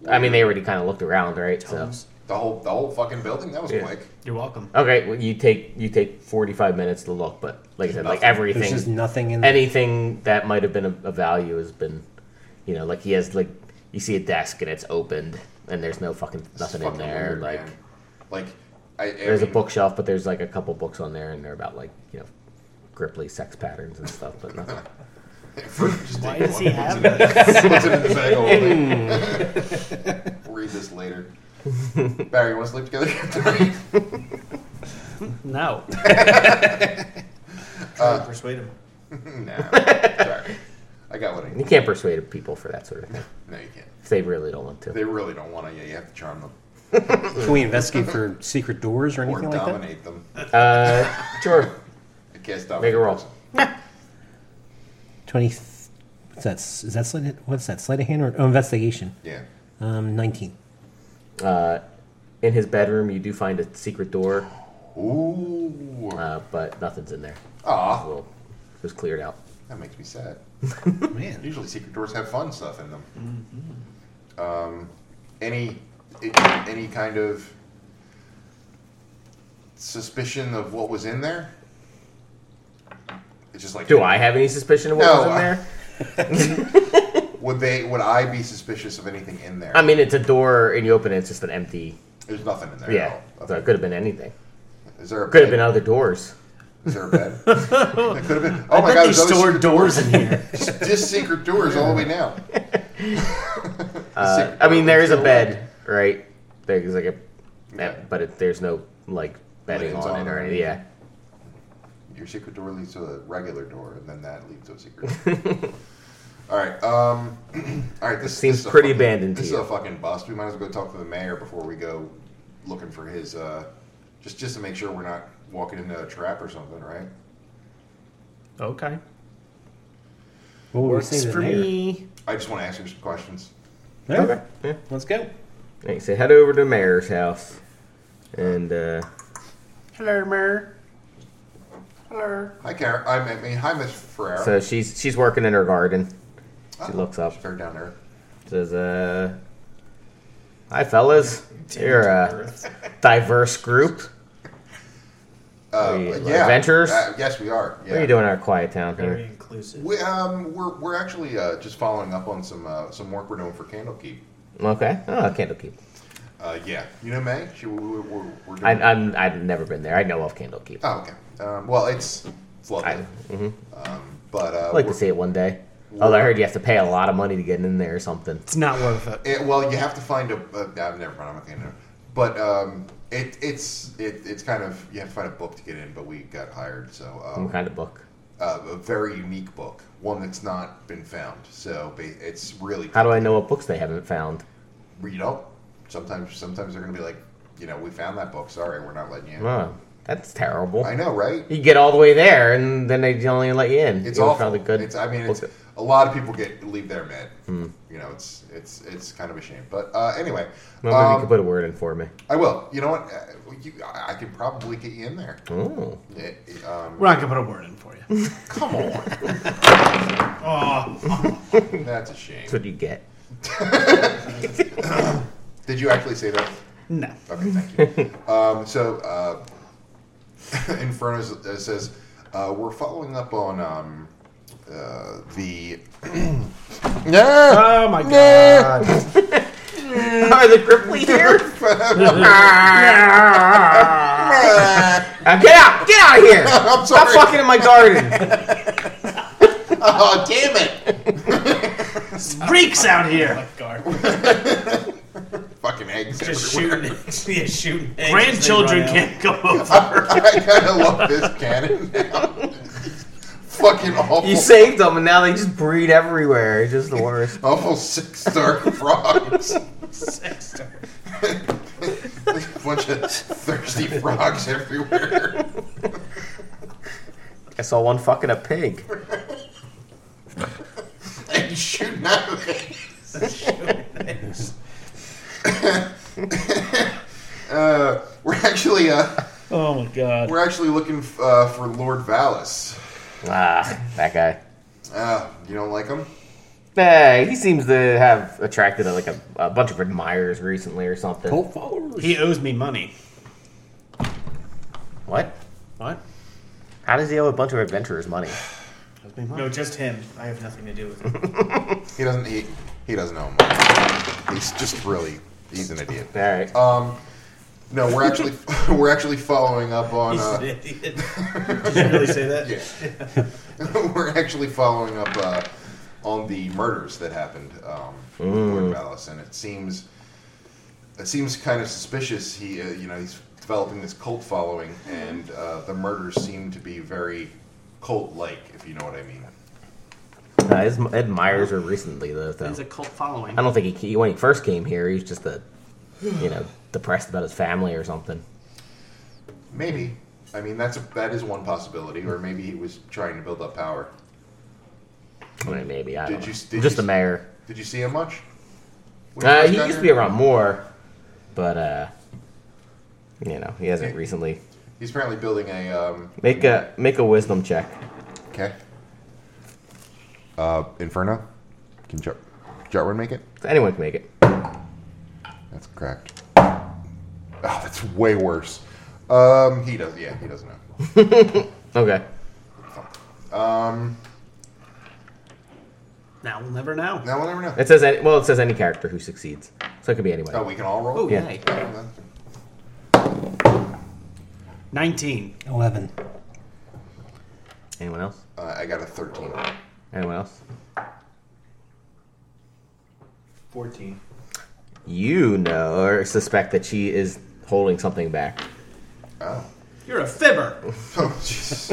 [SPEAKER 2] I mean, they already kind of looked around, right? So
[SPEAKER 4] the whole the whole fucking building. That was
[SPEAKER 2] Yeah.
[SPEAKER 4] quick.
[SPEAKER 7] You're welcome.
[SPEAKER 2] okay, well, you take you take forty five minutes to look, but like I said, like
[SPEAKER 4] Nothing.
[SPEAKER 6] There's just
[SPEAKER 2] everything,
[SPEAKER 6] nothing in there.
[SPEAKER 2] anything that might have been of of value has been, you know, like he has like you see a desk and it's opened and there's no fucking
[SPEAKER 4] This is
[SPEAKER 2] nothing in
[SPEAKER 4] fucking
[SPEAKER 2] there.
[SPEAKER 4] weird,
[SPEAKER 2] like
[SPEAKER 4] man. like I, I
[SPEAKER 2] there's a
[SPEAKER 4] [LAUGHS] mean,
[SPEAKER 2] bookshelf, but there's like a couple books on there and they're about like you know, Gripply sex patterns and stuff, but nothing.
[SPEAKER 4] Just
[SPEAKER 7] Why
[SPEAKER 4] take
[SPEAKER 7] does
[SPEAKER 4] one,
[SPEAKER 7] he
[SPEAKER 4] puts
[SPEAKER 7] have
[SPEAKER 4] it in- puts it in the bag all day.
[SPEAKER 2] [LAUGHS]
[SPEAKER 4] Read this later. Barry, you want to sleep together? [LAUGHS]
[SPEAKER 5] No.
[SPEAKER 3] try to persuade him.
[SPEAKER 4] no, sorry. I got what I
[SPEAKER 2] you
[SPEAKER 4] need.
[SPEAKER 2] can't persuade people for that sort of thing.
[SPEAKER 4] No, you can't.
[SPEAKER 2] If they really don't want to.
[SPEAKER 4] They really don't want to. Yeah, you have to charm them
[SPEAKER 6] Can we investigate for secret doors or
[SPEAKER 4] or
[SPEAKER 6] anything like that?
[SPEAKER 4] dominate them.
[SPEAKER 2] Uh, sure.
[SPEAKER 4] I guess that
[SPEAKER 2] Make a roll.
[SPEAKER 6] Twenty. What's that? Is that sleight? of- What's that? Sleight of hand or oh, investigation?
[SPEAKER 4] Yeah.
[SPEAKER 6] Um, nineteen.
[SPEAKER 2] In his bedroom, you do find a secret door,
[SPEAKER 4] Ooh.
[SPEAKER 2] uh, but nothing's in there.
[SPEAKER 4] Aw,
[SPEAKER 2] Well, it was cleared out.
[SPEAKER 4] that makes
[SPEAKER 2] [LAUGHS]
[SPEAKER 4] me sad.
[SPEAKER 6] Man,
[SPEAKER 4] Usually, secret doors have fun stuff in them. Um,
[SPEAKER 2] Mm-hmm.
[SPEAKER 4] any it, any kind of suspicion of what was in there? It's just like
[SPEAKER 2] Do I have any suspicion of what
[SPEAKER 4] No,
[SPEAKER 2] was in
[SPEAKER 4] I-
[SPEAKER 2] there?
[SPEAKER 4] Would they? Would I be suspicious of anything in there?
[SPEAKER 2] I mean, it's a door, and you open it, it's just an empty.
[SPEAKER 4] There's nothing in there.
[SPEAKER 2] Yeah,
[SPEAKER 4] At all.
[SPEAKER 2] so it could have been anything.
[SPEAKER 4] Is there a
[SPEAKER 2] Could
[SPEAKER 4] bed?
[SPEAKER 2] have been other doors.
[SPEAKER 4] Is there
[SPEAKER 2] [LAUGHS]
[SPEAKER 4] a bed? that could have been. Oh my god!
[SPEAKER 5] bet they
[SPEAKER 4] there's always
[SPEAKER 5] store doors in here.
[SPEAKER 4] [LAUGHS] just, just secret doors all the
[SPEAKER 2] [LAUGHS]
[SPEAKER 4] way down. [LAUGHS]
[SPEAKER 2] Uh, I mean, there is a bed, right? There's like a,
[SPEAKER 4] Yeah.
[SPEAKER 2] but it, there's no like bedding
[SPEAKER 4] Linens
[SPEAKER 2] on
[SPEAKER 4] on
[SPEAKER 2] it or
[SPEAKER 4] it.
[SPEAKER 2] anything. Yeah.
[SPEAKER 4] Your secret door leads to a regular door, and then that leads to a secret. door. [LAUGHS] all right. Um, [CLEARS THROAT] all right. This
[SPEAKER 2] Seems
[SPEAKER 4] this is a
[SPEAKER 2] pretty
[SPEAKER 4] fucking-
[SPEAKER 2] abandoned to
[SPEAKER 4] This
[SPEAKER 2] you.
[SPEAKER 4] is a fucking bust. We might as well go talk to the mayor before we go looking for his. Uh, just just to make sure we're not walking into a trap or something, right?
[SPEAKER 7] Okay.
[SPEAKER 6] What would we say to the mayor?
[SPEAKER 2] me.
[SPEAKER 4] I just want to ask him some questions.
[SPEAKER 6] Yeah.
[SPEAKER 2] Okay. Yeah.
[SPEAKER 6] Let's go.
[SPEAKER 2] Like I said, head over to the mayor's house, and uh,
[SPEAKER 7] Hello, Mayor. Hello.
[SPEAKER 4] Hi, Karen. I mean, hi, Miss Ferrara.
[SPEAKER 2] so she's she's working in her garden. She
[SPEAKER 4] Oh,
[SPEAKER 2] looks up.
[SPEAKER 4] she's very down there.
[SPEAKER 2] Says, uh, "Hi, fellas. You're a diverse group.
[SPEAKER 4] Uh,
[SPEAKER 2] We- we're
[SPEAKER 4] yeah.
[SPEAKER 2] adventurers?
[SPEAKER 4] Uh, yes, we are. Yeah.
[SPEAKER 2] What are you doing in our quiet town
[SPEAKER 7] Very
[SPEAKER 2] here?
[SPEAKER 7] inclusive.
[SPEAKER 4] We, um, we're, we're actually uh, just following up on some uh, some work we're doing for Candlekeep.
[SPEAKER 2] Okay. Oh, Candlekeep.
[SPEAKER 4] Uh, yeah, you know May. She, we, we, we're, we're doing.
[SPEAKER 2] I, I'm I've never been there. I know of Candlekeep.
[SPEAKER 4] oh, okay. Um, well, it's it's lovely,
[SPEAKER 2] I mhm.
[SPEAKER 4] um, but uh,
[SPEAKER 2] I'd like
[SPEAKER 4] we're-
[SPEAKER 2] to see it one day. Although I heard you have to pay a lot of money to get in there or something.
[SPEAKER 7] It's not worth it.
[SPEAKER 4] it- eh, well, you have to find a. Uh, I've never found a Candlekeep, but um, it, it's it, it's kind of you have to find a book to get in. But we got hired, so um,
[SPEAKER 2] Some kind of book.
[SPEAKER 4] uh, a very unique book, one that's not been found. So ba- it's really
[SPEAKER 2] How do I know what books they haven't found?
[SPEAKER 4] you know sometimes sometimes they're gonna be like you know we found that book. Sorry, we're not letting you. in.
[SPEAKER 2] Oh, that's terrible.
[SPEAKER 4] I know, right?
[SPEAKER 2] You get all the way there, and then they don't even let you in.
[SPEAKER 4] It's
[SPEAKER 2] You
[SPEAKER 4] awful.
[SPEAKER 2] found a good
[SPEAKER 4] It's, I mean, it's,
[SPEAKER 2] book. Hmm.
[SPEAKER 4] a lot of people get leave there mad. You know, it's it's it's kind of a shame. But uh, anyway,
[SPEAKER 2] Well, maybe you
[SPEAKER 4] um,
[SPEAKER 2] could put a word in for me.
[SPEAKER 4] I will. You know what? Uh, you, I I can probably get you in there.
[SPEAKER 2] Oh,
[SPEAKER 4] Eh, eh, um,
[SPEAKER 7] We're not gonna put a word in for you.
[SPEAKER 4] [LAUGHS] come
[SPEAKER 7] [LAUGHS]
[SPEAKER 4] on,
[SPEAKER 7] oh,
[SPEAKER 4] that's a shame.
[SPEAKER 2] that's what you get.
[SPEAKER 4] Did you actually say that?
[SPEAKER 7] no.
[SPEAKER 4] Okay, thank you. um, so uh, [LAUGHS] Inferno s- uh, says uh, we're following up on um, uh, the. [CLEARS THROAT] no.
[SPEAKER 2] Uh,
[SPEAKER 7] Oh my
[SPEAKER 2] [LAUGHS]
[SPEAKER 7] god.
[SPEAKER 2] Are the Gripply [LAUGHS] here? Now get out! Get out of [LAUGHS] here!
[SPEAKER 4] [LAUGHS] I'm
[SPEAKER 2] Stop
[SPEAKER 4] sorry.
[SPEAKER 2] fucking in my garden!
[SPEAKER 4] Oh damn it!
[SPEAKER 5] Freaks out here.
[SPEAKER 3] guard.
[SPEAKER 4] [LAUGHS] Fucking eggs.
[SPEAKER 5] Just
[SPEAKER 4] everywhere.
[SPEAKER 5] shooting. [LAUGHS] yeah, shooting.
[SPEAKER 7] they
[SPEAKER 5] Grandchildren
[SPEAKER 7] run out.
[SPEAKER 5] can't go
[SPEAKER 4] [LAUGHS]
[SPEAKER 5] over.
[SPEAKER 4] I kind of love this cannon now. Fucking awful.
[SPEAKER 2] [LAUGHS] You saved them, and now they just breed everywhere. It's just the worst.
[SPEAKER 4] awful six star frogs.
[SPEAKER 5] [LAUGHS]
[SPEAKER 4] Bunch of thirsty frogs everywhere.
[SPEAKER 2] I saw one fucking a [LAUGHS] pig.
[SPEAKER 4] And shooting out of it. uh, we're actually uh,
[SPEAKER 7] Oh my god.
[SPEAKER 4] we're actually looking f- uh, for Lord Valis.
[SPEAKER 2] Ah, that guy.
[SPEAKER 4] Uh, you don't like him?
[SPEAKER 2] Hey, he seems to have attracted like a, a bunch of admirers recently or something.
[SPEAKER 6] Cult followers.
[SPEAKER 7] He owes me money.
[SPEAKER 2] What?
[SPEAKER 7] What?
[SPEAKER 2] How does he owe a bunch of adventurers money?
[SPEAKER 7] Owes me money.
[SPEAKER 3] No, just him. I have nothing to do with it.
[SPEAKER 4] He doesn't. He he doesn't know him. He's just really. He's an idiot.
[SPEAKER 2] All right.
[SPEAKER 4] Um, no, we're actually [LAUGHS] we're actually following up on.
[SPEAKER 7] He's an
[SPEAKER 4] Uh,
[SPEAKER 7] idiot. Did you really say that?
[SPEAKER 4] yeah, [LAUGHS] we're actually following up uh, on the murders that happened um, with
[SPEAKER 2] Mm.
[SPEAKER 4] Lord Valis, and it seems it seems kind of suspicious. He, uh, you know, he's developing this cult following, and uh, the murders seem to be very cult-like, if you know what I mean.
[SPEAKER 2] Uh, his admirers are recently though. though.
[SPEAKER 5] There's a cult following.
[SPEAKER 2] I don't think he, when he first came here, he was just a, you know, depressed about his family or something.
[SPEAKER 4] Maybe. I mean, that's a, that is one possibility, or maybe he was trying to build up power.
[SPEAKER 2] I mean, maybe I
[SPEAKER 4] Did
[SPEAKER 2] don't
[SPEAKER 4] you-
[SPEAKER 2] know.
[SPEAKER 4] did
[SPEAKER 2] just the
[SPEAKER 4] you-
[SPEAKER 2] mayor.
[SPEAKER 4] Did you see him much? When you
[SPEAKER 2] Uh,
[SPEAKER 4] first
[SPEAKER 2] he
[SPEAKER 4] got
[SPEAKER 2] used to
[SPEAKER 4] here?
[SPEAKER 2] be around more, but uh, you know, he hasn't recently.
[SPEAKER 4] He's apparently building a um,
[SPEAKER 2] Make a make a wisdom check.
[SPEAKER 4] Okay. Uh, Inferno? Can Jar- Jarwin make it?
[SPEAKER 2] Anyone can make it.
[SPEAKER 4] That's correct. Oh, that's way worse. Um, he does. Yeah, he doesn't know.
[SPEAKER 2] Okay.
[SPEAKER 5] Now we'll never know.
[SPEAKER 4] Now we'll never know.
[SPEAKER 2] It says any, well, it says any character who succeeds, so it could be anyone.
[SPEAKER 4] Oh, we can all roll.
[SPEAKER 5] Oh,
[SPEAKER 2] Yeah.
[SPEAKER 5] yay.
[SPEAKER 4] Oh, that's-
[SPEAKER 5] Nineteen.
[SPEAKER 6] Eleven.
[SPEAKER 2] Anyone else?
[SPEAKER 4] Uh, I got a [LAUGHS] 13.
[SPEAKER 2] Anyone else?
[SPEAKER 7] Fourteen.
[SPEAKER 2] You know or suspect that she is holding something back.
[SPEAKER 4] Oh.
[SPEAKER 5] You're a fibber. [LAUGHS]
[SPEAKER 4] Oh, jeez.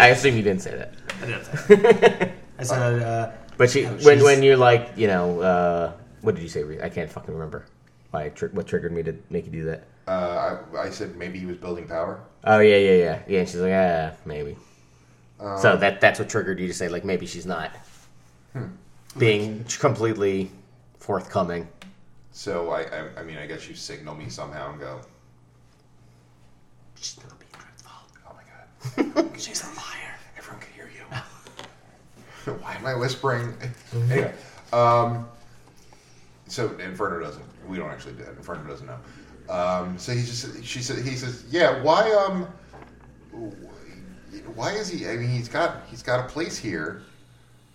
[SPEAKER 2] I assume you didn't say that.
[SPEAKER 5] I didn't say [LAUGHS] that. I said, uh,
[SPEAKER 2] But she,
[SPEAKER 5] Oh,
[SPEAKER 2] when
[SPEAKER 5] she's-
[SPEAKER 2] when you're like, you know, uh, what did you say? Reed? I can't fucking remember. Why? Tri- what triggered me to make you do that?
[SPEAKER 4] uh, I, I said maybe he was building power.
[SPEAKER 2] Oh yeah, yeah, yeah, yeah. And she's like, ah, maybe. so that that's what triggered you to say like maybe she's not Hmm. being completely forthcoming.
[SPEAKER 4] So I, I, I mean, I guess you signal me somehow and go,
[SPEAKER 5] she's not being truthful.
[SPEAKER 4] oh my god,
[SPEAKER 5] [LAUGHS] She's a liar.
[SPEAKER 4] everyone can hear you. [LAUGHS] Why am I whispering? anyway, um, so Inferno doesn't. We don't actually do that. Inferno doesn't know. Um, so he just she said he says yeah. Why um, why is he? I mean, he's got he's got a place here.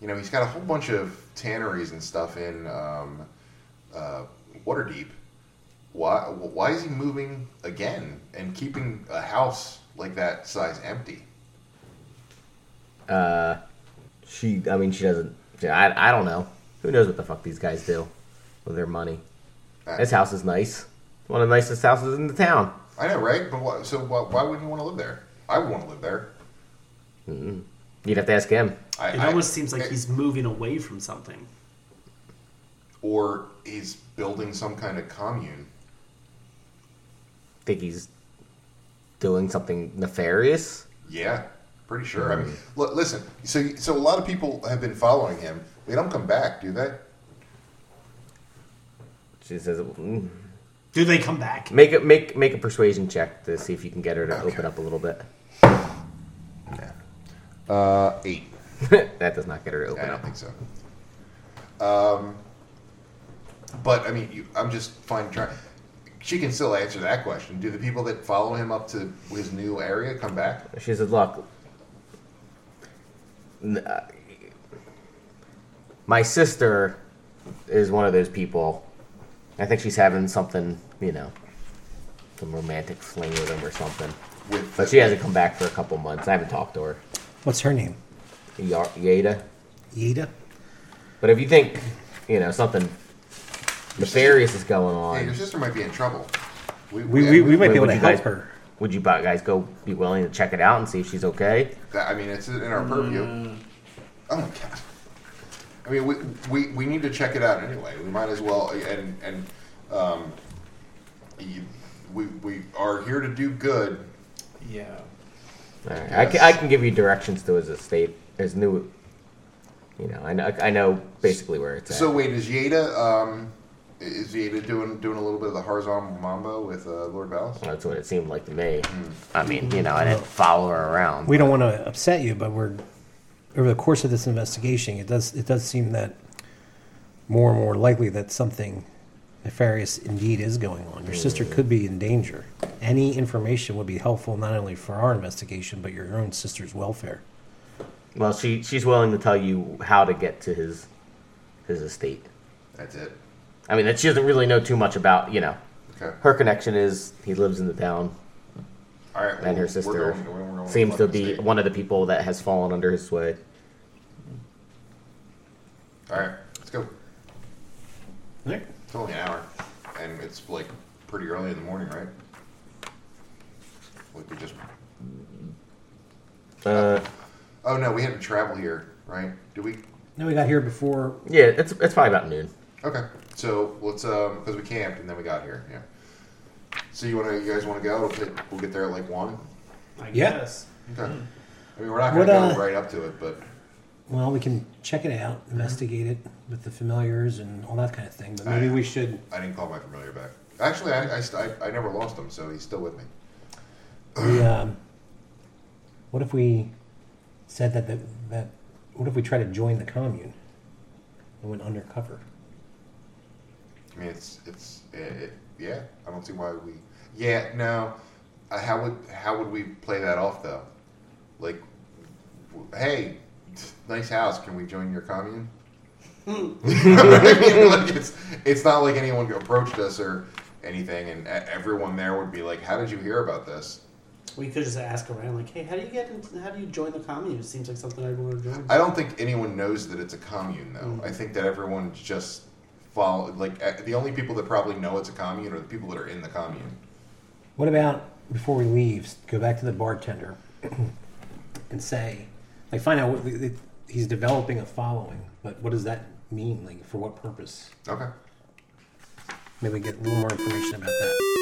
[SPEAKER 4] You know, he's got a whole bunch of tanneries and stuff in um, uh, Waterdeep. Why why is he moving again and keeping a house like that size empty?
[SPEAKER 2] She, I mean, she doesn't. yeah, I, I don't know. Who knows what the fuck these guys do with their money?
[SPEAKER 4] Uh,
[SPEAKER 2] This house is nice. One of the nicest houses in the town.
[SPEAKER 4] I know, right? But why, so why, why wouldn't you want to live there? I would want to live there.
[SPEAKER 2] You'd have to ask him.
[SPEAKER 4] I,
[SPEAKER 5] It
[SPEAKER 4] I- eh,
[SPEAKER 5] almost seems like
[SPEAKER 4] it-
[SPEAKER 5] he's moving away from something.
[SPEAKER 4] or he's building some kind of commune.
[SPEAKER 2] Think he's doing something nefarious?
[SPEAKER 4] Yeah, pretty sure. I mean, l- listen. So so a lot of people have been following him. They don't come back, do they?
[SPEAKER 2] She says, "Mm."
[SPEAKER 5] Do they come back?
[SPEAKER 2] make a make make a persuasion check to see if you can get her to
[SPEAKER 4] Okay.
[SPEAKER 2] open up a little bit. [LAUGHS]
[SPEAKER 4] Uh, eight.
[SPEAKER 2] that does not get her to
[SPEAKER 4] I
[SPEAKER 2] open
[SPEAKER 4] don't
[SPEAKER 2] up.
[SPEAKER 4] think so. Um, but I mean, you, I'm just fine trying. She can still answer that question. Do the people that follow him up to his new area come back?
[SPEAKER 2] She says, "Look, n- uh, my sister is one of those people. I think she's having something, you know, some romantic fling with him or something.
[SPEAKER 4] With
[SPEAKER 2] But she hasn't come back for a couple months. I haven't talked to her,
[SPEAKER 6] What's her name?
[SPEAKER 2] Yar- Yada.
[SPEAKER 6] Yada.
[SPEAKER 2] But if you think, you know, something nefarious is going
[SPEAKER 4] Hey, your
[SPEAKER 2] on,
[SPEAKER 4] sister might be in trouble.
[SPEAKER 6] We, we, we might be
[SPEAKER 2] Would
[SPEAKER 6] able to
[SPEAKER 2] you
[SPEAKER 6] help
[SPEAKER 2] guys-
[SPEAKER 6] her.
[SPEAKER 2] would you bu- guys go be willing to check it out and see if she's okay?
[SPEAKER 4] That, I mean, it's in our purview. Oh my god. I mean, we, we we need to check it out anyway. We might as well. And and um, you, we we are here to do good.
[SPEAKER 7] Yeah.
[SPEAKER 2] All right. I, can, I can give you directions to his estate, his new. You know, I know, I know basically where it's at.
[SPEAKER 4] So wait, is Yada um, is Yada doing doing a little bit of the Harzam Mambo with uh, Lord Valis?
[SPEAKER 2] that's what it seemed like to me. I mean, you know, I didn't follow her around.
[SPEAKER 6] We don't want to upset you, but we're over the course of this investigation, it does it does seem that more and more likely that something nefarious indeed is going on. Your sister could be in danger. Any information would be helpful not only for our investigation but your own sister's welfare.
[SPEAKER 2] well, she she's willing to tell you how to get to his his estate.
[SPEAKER 4] That's it.
[SPEAKER 2] I mean, that she doesn't really know too much about. You know,
[SPEAKER 4] Okay.
[SPEAKER 2] her connection is he lives in the town,
[SPEAKER 4] All right.
[SPEAKER 2] and her sister seems to be one of the people that has fallen under his sway.
[SPEAKER 4] All right. Let's go.
[SPEAKER 5] There.
[SPEAKER 4] It's only an hour, and it's like pretty early in the morning, right? Like we just.
[SPEAKER 2] Uh,
[SPEAKER 4] Oh no, we had to travel here, right? Did we?
[SPEAKER 6] No, we got here before
[SPEAKER 2] yeah, it's it's probably about noon.
[SPEAKER 4] Okay, so let's um because we camped and then we got here. Yeah. So you want to? You guys want to go? We'll get, we'll get there at like one.
[SPEAKER 5] I
[SPEAKER 6] Yeah.
[SPEAKER 5] guess.
[SPEAKER 4] Okay. I mean, we're not gonna
[SPEAKER 6] What,
[SPEAKER 4] go
[SPEAKER 6] uh,
[SPEAKER 4] right up to it, but
[SPEAKER 6] well, we can check it out, investigate it with the familiars and all that kind of thing. But maybe we should
[SPEAKER 4] I didn't call my familiar back. Actually, I I, st- I, I never lost him, so he's still with me.
[SPEAKER 6] we, um, what if we said that, that that what if we try to join the commune and went undercover?
[SPEAKER 4] I mean, it's it's it, it, yeah. I don't see why we. Yeah, no. Uh, how would how would we play that off though? Like, w- hey, nice house. Can we join your commune? [LAUGHS] I mean, like, it's it's not like anyone approached us or anything, and e- everyone there would be like, "How did you hear about this?"
[SPEAKER 5] We could just ask around, like, hey, how do you get? Into, how do you join the commune? It seems like something I'd want to join.
[SPEAKER 4] I don't think anyone knows that it's a commune, though. I think that everyone just follow. Like eh, the only people that probably know it's a commune are the people that are in the commune.
[SPEAKER 6] What about before we leave? Go back to the bartender [CLEARS THROAT] and say, like, find out what the- he's developing a following, but what does that mean? Like, for what purpose?
[SPEAKER 4] Okay.
[SPEAKER 6] Maybe get a little more information about that.